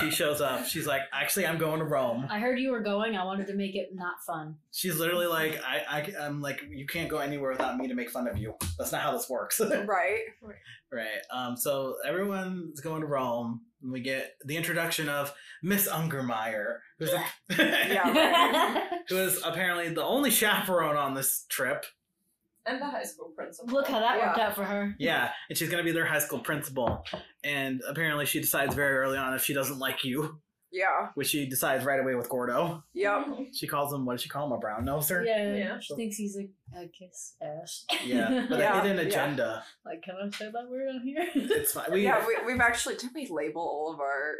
Speaker 1: she shows up. She's like, actually, I'm going to Rome.
Speaker 3: I heard you were going. I wanted to make it not fun.
Speaker 1: She's literally like, I, I, I'm like, you can't go anywhere without me to make fun of you. That's not how this works.
Speaker 2: Right.
Speaker 1: Right. Um, so everyone's going to Rome. And we get the introduction of Miss Ungermeyer, who's a-
Speaker 2: Yeah.
Speaker 1: who is apparently the only chaperone on this trip.
Speaker 4: And the high school principal.
Speaker 3: Look how that
Speaker 2: Yeah.
Speaker 3: worked out for her.
Speaker 1: Yeah, and she's going to be their high school principal. And apparently, she decides very early on if she doesn't like you,
Speaker 2: Yeah.
Speaker 1: which she decides right away with Gordo.
Speaker 2: Yep.
Speaker 1: She calls him, what does she call him, a brown noser?
Speaker 3: Yeah,
Speaker 4: Yeah.
Speaker 3: she thinks he's a, a kiss ass.
Speaker 1: Yeah, but
Speaker 2: Yeah,
Speaker 1: a hidden
Speaker 2: yeah.
Speaker 1: agenda.
Speaker 3: like, can I say that word on here?
Speaker 1: It's fine. We,
Speaker 2: yeah, we, we've actually did we label all of our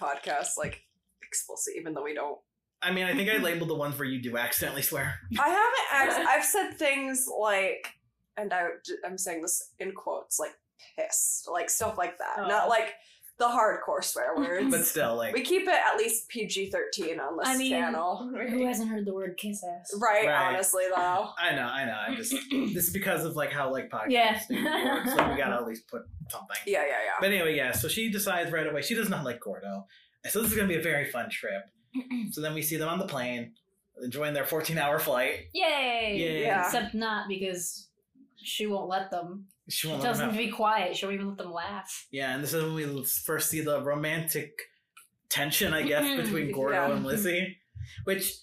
Speaker 2: podcasts like explicit, even though we don't.
Speaker 1: I mean, I think I labeled the ones where you do accidentally swear.
Speaker 2: I haven't. Act- I've said things like, and I, am saying this in quotes, like pissed, like stuff like that.
Speaker 3: Oh.
Speaker 2: Not like the hardcore swear words.
Speaker 1: But still, like,
Speaker 2: we keep it at least PG thirteen on this
Speaker 3: I mean-
Speaker 2: channel,
Speaker 3: Who hasn't heard the word kiss ass?
Speaker 2: right,
Speaker 1: Right.
Speaker 2: Honestly, though,
Speaker 1: I know, I know. I'm just, this is because of like how like podcasting
Speaker 3: Yeah.
Speaker 1: works. So we got to at least put something.
Speaker 2: yeah, yeah, yeah.
Speaker 1: But anyway, yeah, so she decides right away she does not like Gordo. And so this is going to be a very fun trip. so then we see them on the plane, enjoying their 14 hour flight.
Speaker 3: Yay!
Speaker 1: Yay.
Speaker 2: Yeah.
Speaker 3: Except not because she won't let them.
Speaker 1: She
Speaker 3: She
Speaker 1: won't let
Speaker 3: tells
Speaker 1: them
Speaker 3: them to
Speaker 1: out.
Speaker 3: be quiet. She won't even let them laugh.
Speaker 1: Yeah, and this is when we first see the romantic tension, I guess, between Gordo
Speaker 2: Yeah.
Speaker 1: and Lizzie, which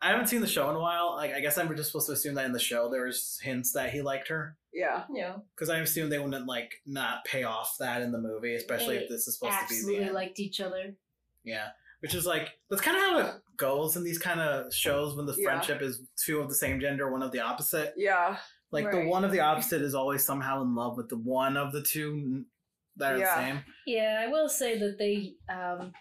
Speaker 1: I haven't seen the show in a while. Like, I guess I'm just supposed to assume that in the show there was hints that he liked her.
Speaker 2: yeah.
Speaker 4: Yeah.
Speaker 1: Because I assume they wouldn't like not pay off that in the movie, especially
Speaker 3: They
Speaker 1: if this is supposed to be the
Speaker 3: Absolutely
Speaker 1: end.
Speaker 3: liked each other.
Speaker 1: Yeah. Which is like that's kind of how it goes in these kind of shows when the
Speaker 2: Yeah.
Speaker 1: friendship is two of the same gender, one of the opposite.
Speaker 2: Yeah,
Speaker 1: Like the
Speaker 4: Right.
Speaker 1: one of the opposite is always somehow in love with the one of the two that are
Speaker 2: Yeah.
Speaker 1: the same.
Speaker 3: Yeah, I will say that they um,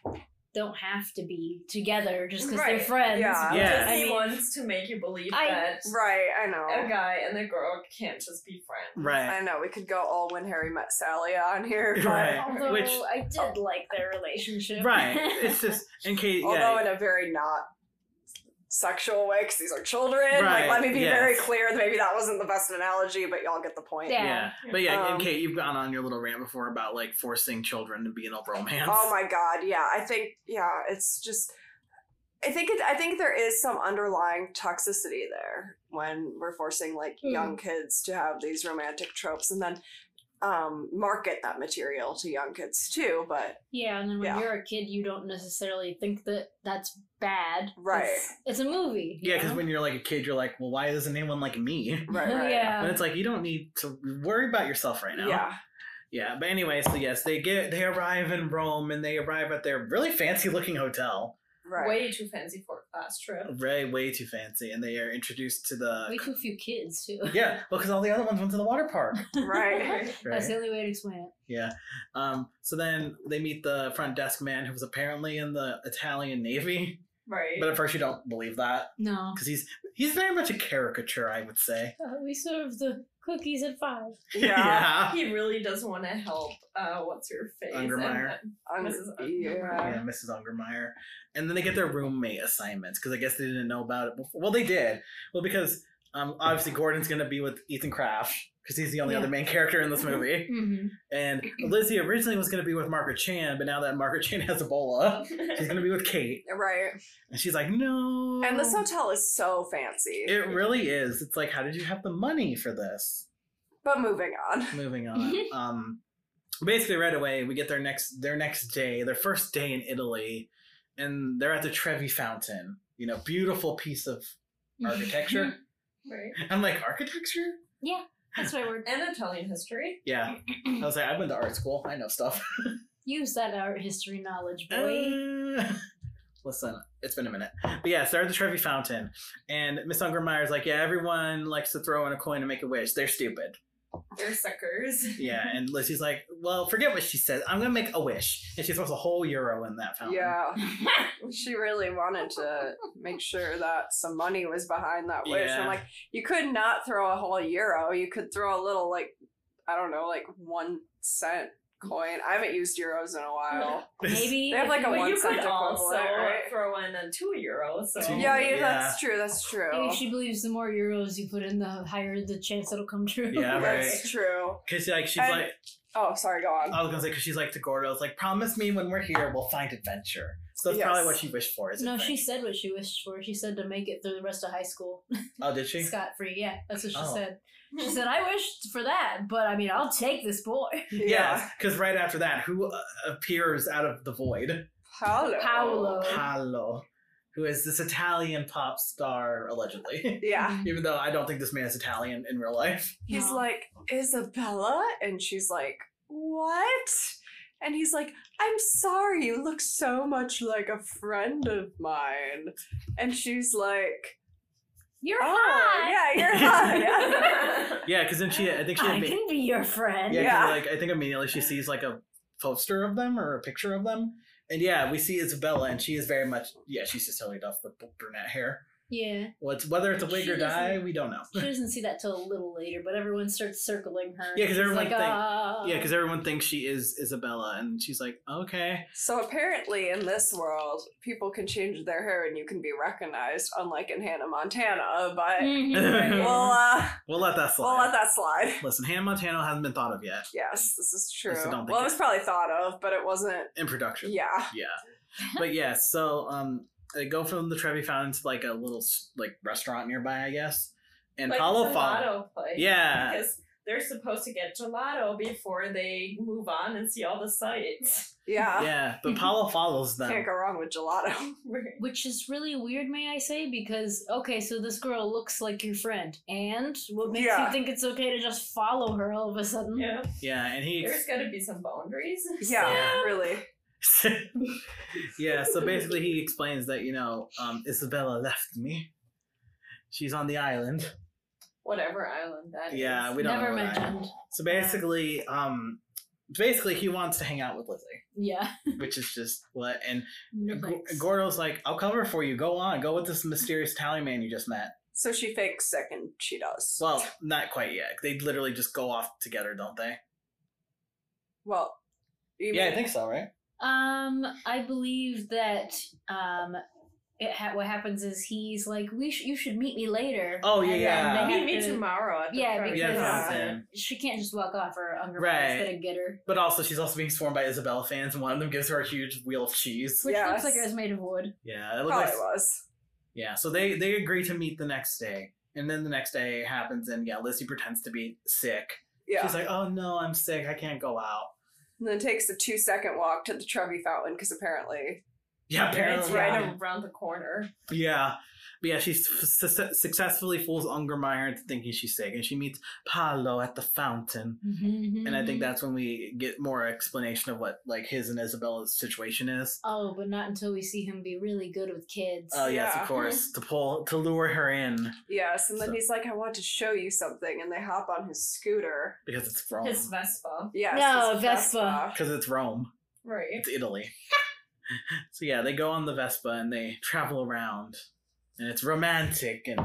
Speaker 3: don't have to be together just because
Speaker 4: Right,
Speaker 3: they're friends.
Speaker 2: yeah.
Speaker 1: Yeah.
Speaker 3: I
Speaker 4: Disney
Speaker 3: mean-
Speaker 4: wants to make you believe
Speaker 3: I-
Speaker 4: that
Speaker 2: right. I know.
Speaker 4: a guy and a girl can't just be friends.
Speaker 1: Right.
Speaker 2: I know. We could go all when Harry met Sally on here, but
Speaker 1: Right.
Speaker 3: Although
Speaker 1: Which-
Speaker 3: I did like their relationship.
Speaker 1: Right. It's just in case
Speaker 2: although
Speaker 1: yeah,
Speaker 2: in a very not sexual way because these are children.
Speaker 1: Right,
Speaker 2: Like, let me be
Speaker 1: yes.
Speaker 2: very clear. that Maybe that wasn't the best analogy, but y'all get the point.
Speaker 3: Yeah.
Speaker 1: Yeah. But yeah,
Speaker 2: Um,
Speaker 1: and Kate, you've gone on your little rant before about like forcing children to be in a romance.
Speaker 2: Oh my god, yeah. I think yeah, it's just I think it, I think there is some underlying toxicity there when we're forcing like
Speaker 3: Mm.
Speaker 2: young kids to have these romantic tropes and then um market that material to young kids too, but
Speaker 3: Yeah, and then when
Speaker 2: Yeah.
Speaker 3: you're a kid, you don't necessarily think that that's bad.
Speaker 2: Right.
Speaker 3: It's, it's a movie. you
Speaker 1: Yeah, because
Speaker 3: know?
Speaker 1: when you're like a kid, you're like, well, why isn't anyone like me?
Speaker 2: right right.
Speaker 1: But
Speaker 3: yeah.
Speaker 1: it's like you don't need to worry about yourself right now.
Speaker 2: Yeah.
Speaker 1: Yeah, but anyway, so yes, they get they arrive in Rome and they arrive at their really fancy looking hotel.
Speaker 2: Right.
Speaker 4: Way too fancy for a class trip.
Speaker 1: Really way too fancy, and they are introduced to
Speaker 3: Way
Speaker 1: the
Speaker 3: too few kids too.
Speaker 1: yeah, well, because all the other ones went to the water park.
Speaker 2: Right.
Speaker 3: That's
Speaker 1: Right.
Speaker 3: the only way to explain it.
Speaker 1: Yeah. Um. So then they meet the front desk man who was apparently in the Italian Navy,
Speaker 4: Right.
Speaker 1: but at first you don't believe that
Speaker 3: No.
Speaker 1: because he's he's very much a caricature, I would say.
Speaker 3: Uh, we serve the cookies at five.
Speaker 2: Yeah.
Speaker 1: uh,
Speaker 4: he really does want to help. Uh, what's your face?
Speaker 1: Undermeyer.
Speaker 2: Um,
Speaker 4: This is-
Speaker 2: yeah.
Speaker 1: Yeah, Mrs. Ungermeyer. And then they get their roommate assignments because I guess they didn't know about it before. Well, they did. Well, because um, obviously Gordon's going to be with Ethan Kraft because he's the only
Speaker 3: Yeah.
Speaker 1: other main character in this movie.
Speaker 3: Mm-hmm.
Speaker 1: And Lizzie originally was going to be with Margaret Chan, but now that Margaret Chan has Ebola, she's going to be with Kate.
Speaker 2: Right.
Speaker 1: And she's like, no.
Speaker 2: And this hotel is so fancy.
Speaker 1: It really is. It's like, how did you have the money for this?
Speaker 2: but moving on.
Speaker 1: Moving on. um, basically, right away we get their next their next day, their first day in Italy, and they're at the Trevi Fountain. You know, beautiful piece of
Speaker 3: Mm-hmm.
Speaker 1: Mm-hmm. architecture.
Speaker 4: right.
Speaker 1: I'm like, architecture?
Speaker 3: That's why we're
Speaker 4: And Italian history.
Speaker 1: Yeah. I was like, I've been to art school. I know stuff.
Speaker 3: use that art history knowledge, boy.
Speaker 1: Uh, Listen, it's been a minute. But yeah, so they're at the Trevi Fountain, and Miss Ungermeyer's like, yeah, everyone likes to throw in a coin and make a wish. They're stupid.
Speaker 4: They're suckers.
Speaker 1: Yeah, and Lizzie's like, well, forget what she says. I'm gonna make a wish, and she throws a whole euro in that fountain.
Speaker 2: Yeah. She really wanted to make sure that some money was behind that wish.
Speaker 1: Yeah.
Speaker 2: I'm like, you could not throw a whole euro. You could throw a little, like, I don't know, like one cent coin. I haven't used euros in a while.
Speaker 3: Maybe
Speaker 2: They have
Speaker 3: if
Speaker 2: like a
Speaker 3: you-
Speaker 4: But
Speaker 2: one
Speaker 4: you could
Speaker 2: cent
Speaker 4: also
Speaker 2: equivalent, right?
Speaker 4: throw in a two euro. So
Speaker 1: Two-
Speaker 2: Yeah, yeah,
Speaker 1: Yeah.
Speaker 2: that's true. That's true.
Speaker 3: Maybe she believes the more euros you put in, the higher the chance it'll come true.
Speaker 1: Yeah, right. Uh,
Speaker 2: That's true.
Speaker 1: because like she's
Speaker 2: And-
Speaker 1: like,
Speaker 2: Oh, sorry, go on.
Speaker 1: I was gonna say, because she's like to Gordo, it's like, promise me when we're here, we'll find adventure. So that's
Speaker 2: Yes.
Speaker 1: probably what she wished for. Is
Speaker 3: No,
Speaker 1: adventure.
Speaker 3: she said what she wished for. She said to make it through the rest of high school
Speaker 1: Oh, did she?
Speaker 3: scot free. Yeah, that's what she
Speaker 1: Oh.
Speaker 3: said. She said, "I wished for that, but I mean, I'll take this boy."
Speaker 1: Yes, because right after that, who uh, appears out of the void?
Speaker 2: Paolo.
Speaker 1: Oh.
Speaker 3: Paolo.
Speaker 1: Paolo, who is this Italian pop star allegedly.
Speaker 2: Yeah.
Speaker 1: Even though I don't think this man is Italian in real life.
Speaker 2: He's
Speaker 3: No.
Speaker 2: like, Isabella? And she's like, What? And he's like, I'm sorry, you look so much like a friend of mine. And she's like,
Speaker 3: "You're
Speaker 2: Oh,
Speaker 3: hot.
Speaker 2: yeah, you're hot. yeah."
Speaker 1: Yeah, because then she, I think she,
Speaker 3: I
Speaker 1: admi-
Speaker 3: can be your friend."
Speaker 1: yeah, 'cause,
Speaker 2: Yeah.
Speaker 1: like I think immediately she sees like a poster of them or a picture of them, and yeah, we see Isabella, and she is very much, yeah, she's just totally duff with brunette hair.
Speaker 3: Yeah.
Speaker 1: Well, it's whether it's a wig
Speaker 3: She
Speaker 1: or dye,
Speaker 3: doesn't-
Speaker 1: we don't know.
Speaker 3: She doesn't see that till a little later, but everyone starts circling her.
Speaker 1: Yeah, 'cause
Speaker 3: She's
Speaker 1: everyone
Speaker 3: like,
Speaker 1: think-
Speaker 3: "Ah."
Speaker 1: Yeah, because everyone thinks she is Isabella, and she's like, okay.
Speaker 2: So apparently, in this world, people can change their hair and you can be recognized, unlike in Hannah Montana. But
Speaker 3: Mhm.
Speaker 2: we'll, uh,
Speaker 1: We'll let that slide.
Speaker 2: we'll let that slide.
Speaker 1: Listen, Hannah Montana hasn't been thought of yet
Speaker 2: Yes, this is true.
Speaker 1: Yes, I don't
Speaker 2: Well, it
Speaker 1: think
Speaker 2: was
Speaker 1: it-
Speaker 2: probably thought of, but it wasn't.
Speaker 1: in production.
Speaker 2: Yeah.
Speaker 1: Yeah. But yeah, so um, they go from the Trevi Fountain to like a little s- like restaurant nearby, I guess. And
Speaker 4: like
Speaker 1: Paolo
Speaker 4: gelato
Speaker 1: follows.
Speaker 4: place.
Speaker 1: Yeah.
Speaker 4: Because they're supposed to get gelato before they move on and see all the sights.
Speaker 2: Yeah.
Speaker 1: Yeah, but Paolo follows them.
Speaker 2: Can't go wrong with gelato.
Speaker 4: Right.
Speaker 3: Which is really weird, may I say? Because okay, so this girl looks like your friend, and what makes
Speaker 2: Yeah.
Speaker 3: you think it's okay to just follow her all of a sudden?
Speaker 4: Yeah.
Speaker 1: Yeah, and he.
Speaker 4: There's got to be some boundaries.
Speaker 2: Yeah,
Speaker 1: Yeah.
Speaker 2: really.
Speaker 1: yeah, so basically he explains that, you know, um, Isabella left me. She's on the island.
Speaker 4: Whatever island that is.
Speaker 1: Yeah, we don't
Speaker 3: Never
Speaker 1: know. what island.
Speaker 3: mentioned.
Speaker 1: So basically, um, basically he wants to hang out with Lizzie,
Speaker 3: Yeah.
Speaker 1: which is just what. And G-
Speaker 3: Nice.
Speaker 1: Gordo's like, I'll cover for you. Go on, go with this mysterious Italian man you just met.
Speaker 2: So she fakes sick and she does. Well,
Speaker 1: Well, not quite yet. They literally just go off together, don't they?
Speaker 2: you
Speaker 1: Yeah, I
Speaker 2: mean-
Speaker 1: think so, right?
Speaker 3: Um, I believe that um, it ha- what happens is he's like, "We sh- you should meet me later."
Speaker 1: Oh,
Speaker 3: And
Speaker 1: yeah,
Speaker 3: then
Speaker 1: yeah.
Speaker 3: they
Speaker 4: Meet
Speaker 3: have
Speaker 4: me
Speaker 3: to-
Speaker 4: tomorrow. At the
Speaker 3: Yeah,
Speaker 4: front
Speaker 3: because,
Speaker 1: Yeah, that's what
Speaker 4: desk.
Speaker 1: I'm
Speaker 3: uh,
Speaker 1: saying.
Speaker 3: She can't just walk off her hunger
Speaker 1: Right.
Speaker 3: right. that get her,
Speaker 1: But also, she's also being swarmed by Isabella fans, and one of them gives her a huge wheel of cheese.
Speaker 3: which
Speaker 2: Yes.
Speaker 3: looks like it was made of wood.
Speaker 1: Yeah, it looks
Speaker 2: Probably
Speaker 1: like
Speaker 2: was.
Speaker 1: Yeah, so they they agree to meet the next day, and then the next day happens, and yeah, Lizzie pretends to be sick.
Speaker 2: Yeah.
Speaker 1: She's like, "Oh no, I'm sick. I can't go out."
Speaker 2: and then takes a two second walk to the Trevi Fountain because apparently.
Speaker 1: Yeah,
Speaker 4: It's
Speaker 1: apparently.
Speaker 4: right
Speaker 1: yeah.
Speaker 4: around the corner.
Speaker 1: Yeah. But yeah, she su- su- successfully fools Ungermeyer into thinking she's sick, and she meets Paolo at the fountain. And
Speaker 3: Mm-hmm.
Speaker 1: I think that's when we get more explanation of what like his and Isabella's situation is.
Speaker 3: Oh, but not until we see him be really good with kids.
Speaker 1: Oh yes,
Speaker 2: Yeah.
Speaker 1: of course, to pull to lure her in
Speaker 2: Yes. And then
Speaker 1: So-
Speaker 2: he's like, I want to show you something. And they hop on his scooter.
Speaker 1: because it's Rome.
Speaker 4: His Vespa.
Speaker 2: Yes.
Speaker 3: No,
Speaker 2: his
Speaker 3: Vespa.
Speaker 1: Because it's Rome.
Speaker 4: Right.
Speaker 1: It's Italy. so yeah, they go on the Vespa and they travel around, and it's romantic and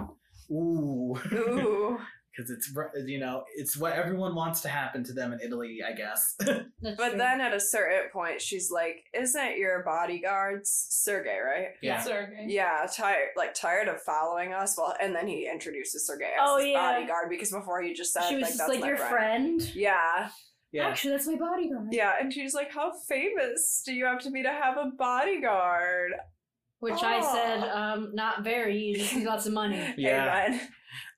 Speaker 1: ooh,
Speaker 2: Vespa. Ooh.
Speaker 1: because it's ro- you know it's what everyone wants to happen to them in Italy, I guess.
Speaker 3: That's
Speaker 2: But
Speaker 3: true.
Speaker 2: then at a certain point, she's like, "Isn't your bodyguards Sergey, right?
Speaker 1: yeah.
Speaker 2: Yeah, tired, like tired of following us." Well, and then he introduces Sergey as
Speaker 3: Oh,
Speaker 2: his
Speaker 3: yeah.
Speaker 2: bodyguard because before you just said
Speaker 3: she was
Speaker 2: like
Speaker 3: just
Speaker 2: that's
Speaker 3: like
Speaker 2: my
Speaker 3: your
Speaker 2: friend.
Speaker 3: friend.
Speaker 2: Yeah,
Speaker 1: Yeah.
Speaker 3: Actually, that's my bodyguard.
Speaker 2: yeah, and she's like, "How famous do you have to be to have a bodyguard?"
Speaker 3: Which I said,
Speaker 2: Aw.
Speaker 3: um, not very. You just need lots of money.
Speaker 1: Yeah.
Speaker 2: Amen.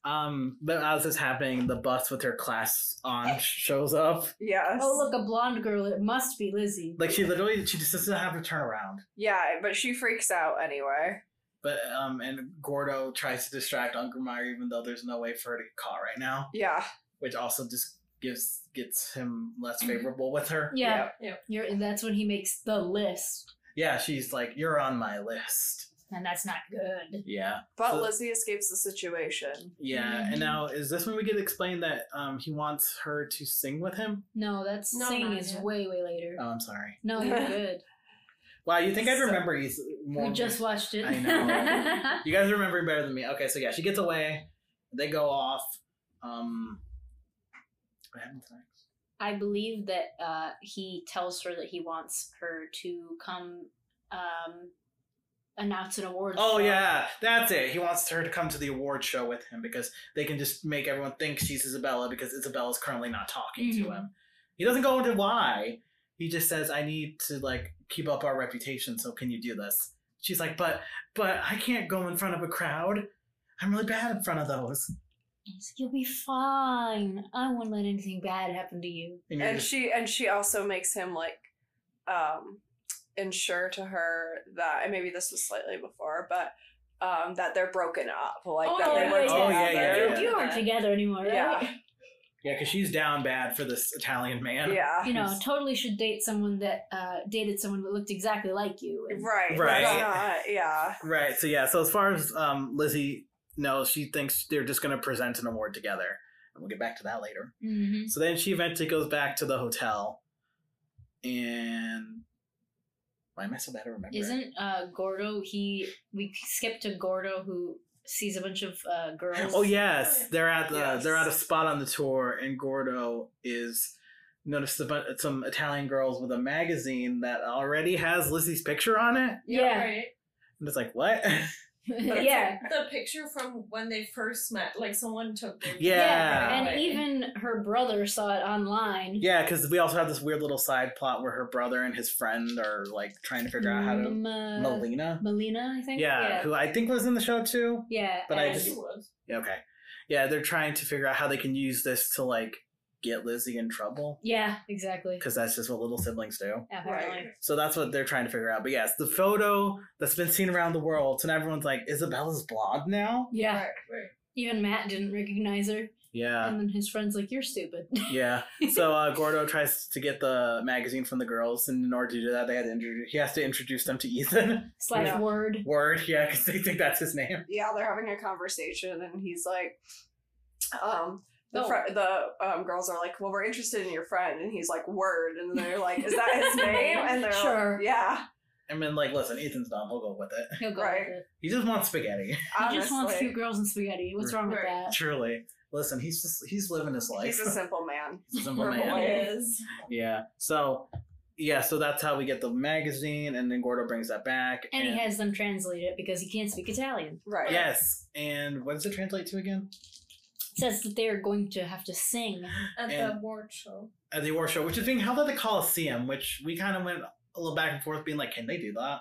Speaker 1: Um. But as this happening, the bus with her class on shows up.
Speaker 2: Yes.
Speaker 3: Oh, look, a blonde girl. It must be Lizzie.
Speaker 1: Like she literally, she just doesn't have to turn around.
Speaker 2: Yeah, but she freaks out anyway.
Speaker 1: But um, and Gordo tries to distract Ungermeyer, even though there's no way for her to get caught right now,
Speaker 2: Yeah.
Speaker 1: which also just gives gets him less
Speaker 3: Mm-hmm.
Speaker 1: favorable with her.
Speaker 3: yeah,
Speaker 2: Yep.
Speaker 3: you're, and that's when he makes the list,
Speaker 1: Yeah, she's like, you're on my list.
Speaker 3: and that's not good.
Speaker 1: Yeah.
Speaker 2: But
Speaker 1: So-
Speaker 2: Lizzie escapes the situation.
Speaker 1: Yeah,
Speaker 3: Mhm.
Speaker 1: and now is this when we get explained that um he wants her to sing with him?
Speaker 3: No, that's
Speaker 4: No,
Speaker 3: singing
Speaker 4: not
Speaker 3: is
Speaker 4: yet.
Speaker 3: way, way later.
Speaker 1: Oh, I'm sorry.
Speaker 3: No, you're good.
Speaker 1: Wow, you think I'd
Speaker 2: So-
Speaker 1: remember he's more?
Speaker 3: We just watched it.
Speaker 1: I know. you guys remember him better than me. Okay, so yeah, she gets away. They go off. Um, what happens next?
Speaker 3: I believe that uh, he tells her that he wants her to come um, announce an award.
Speaker 1: Oh
Speaker 3: show.
Speaker 1: yeah, that's it. He wants her to come to the award show with him because they can just make everyone think she's Isabella because Isabella's currently not talking to
Speaker 2: Mm-hmm.
Speaker 3: Mhm.
Speaker 1: him. He doesn't go into why. He just says, "I need to like keep up our reputation. So can you do this?" She's like, "But, but I can't go in front of a crowd. I'm really bad in front of those."
Speaker 3: He's like, You'll be fine. I won't let anything bad happen to you.
Speaker 1: And, you're
Speaker 2: and
Speaker 1: just-
Speaker 2: she and she also makes him like um ensure to her that and maybe this was slightly before but um that they're broken up like
Speaker 4: Oh,
Speaker 2: that they
Speaker 4: yeah,
Speaker 2: were
Speaker 1: yeah, yeah. Oh, yeah, yeah,
Speaker 2: together.
Speaker 1: yeah.
Speaker 3: You aren't together anymore, right?
Speaker 2: Yeah.
Speaker 1: yeah, because she's down bad for this Italian man.
Speaker 2: yeah
Speaker 3: You know, totally should date someone that uh, dated someone that looked exactly like you. And
Speaker 2: right
Speaker 1: Right.
Speaker 2: that's not- yeah
Speaker 1: Right. So yeah. So as far as um, Lizzie knows, she thinks they're just going to present an award together, and we'll get back to that later.
Speaker 3: Mhm.
Speaker 1: So then she eventually goes back to the hotel, and why am I so bad at remembering?
Speaker 3: Isn't uh, Gordo? He we skip to Gordo who sees a bunch of uh, girls.
Speaker 1: Oh yes, they're at the
Speaker 2: Yes.
Speaker 1: they're at a spot on the tour, and Gordo is noticed a bu- some Italian girls with a magazine that already has Lizzie's picture on it,
Speaker 3: Yeah.
Speaker 4: Right.
Speaker 1: and it's like what? yeah,
Speaker 4: But it's
Speaker 3: yeah.
Speaker 4: like the picture from when they first met, like someone took. Their
Speaker 1: Yeah.
Speaker 3: and even her brother saw it online.
Speaker 1: because we also have this weird little side plot where her brother and his friend are like trying to figure out how to
Speaker 3: M- uh,
Speaker 1: Melina,
Speaker 3: Melina, I think.
Speaker 1: yeah,
Speaker 3: yeah.
Speaker 1: who I think was in the show too.
Speaker 3: Yeah,
Speaker 1: But I
Speaker 3: and-
Speaker 1: just-
Speaker 4: she was.
Speaker 1: Yeah, Okay. Yeah, they're trying to figure out how they can use this to like get Lizzie in trouble
Speaker 3: yeah, exactly.
Speaker 1: because that's just what little siblings do.
Speaker 3: Apparently.
Speaker 1: So that's what they're trying to figure out. But yes, the photo that's been seen around the world, so now everyone's like, Isabella's blonde now.
Speaker 3: Yeah,
Speaker 4: Right, right.
Speaker 3: even Matt didn't recognize her,
Speaker 1: Yeah,
Speaker 3: and then his friend's like, "You're stupid."
Speaker 1: yeah. So uh, Gordo tries to get the magazine from the girls, and in order to do that, they had to introduce. He has to introduce them to Ethan.
Speaker 3: Slash
Speaker 1: Yeah.
Speaker 3: word.
Speaker 1: Word, yeah, because they think that's his name.
Speaker 2: yeah they're having a conversation and he's like um the,
Speaker 3: No.
Speaker 4: Oh.
Speaker 2: fr- the um, girls are like, well, we're interested in your friend, and he's like, word, and they're like, is that his name? And they're
Speaker 3: Sure.
Speaker 2: like, yeah,
Speaker 1: I mean, like, listen, Ethan's dumb. He'll go with it.
Speaker 3: He'll go
Speaker 2: Right.
Speaker 3: with it.
Speaker 1: He just wants spaghetti.
Speaker 2: honestly,
Speaker 3: He just wants two girls and spaghetti. What's wrong with
Speaker 4: Right.
Speaker 3: that?
Speaker 1: Truly, listen, he's just he's living his life.
Speaker 2: he's a simple man.
Speaker 1: He's a simple
Speaker 4: Her
Speaker 1: man.
Speaker 4: boy is.
Speaker 1: Yeah. So yeah, so that's how we get the magazine, and then Gordo brings that back.
Speaker 3: And he has them translate it because he can't speak Italian.
Speaker 4: Right.
Speaker 1: yes, and what does it translate to again?
Speaker 3: It says that they're going to have to sing.
Speaker 5: At
Speaker 1: And-
Speaker 5: the award show.
Speaker 1: At Uh, the award show, which is being held at the Coliseum, which we kind of went a little back and forth, being like, can they do that?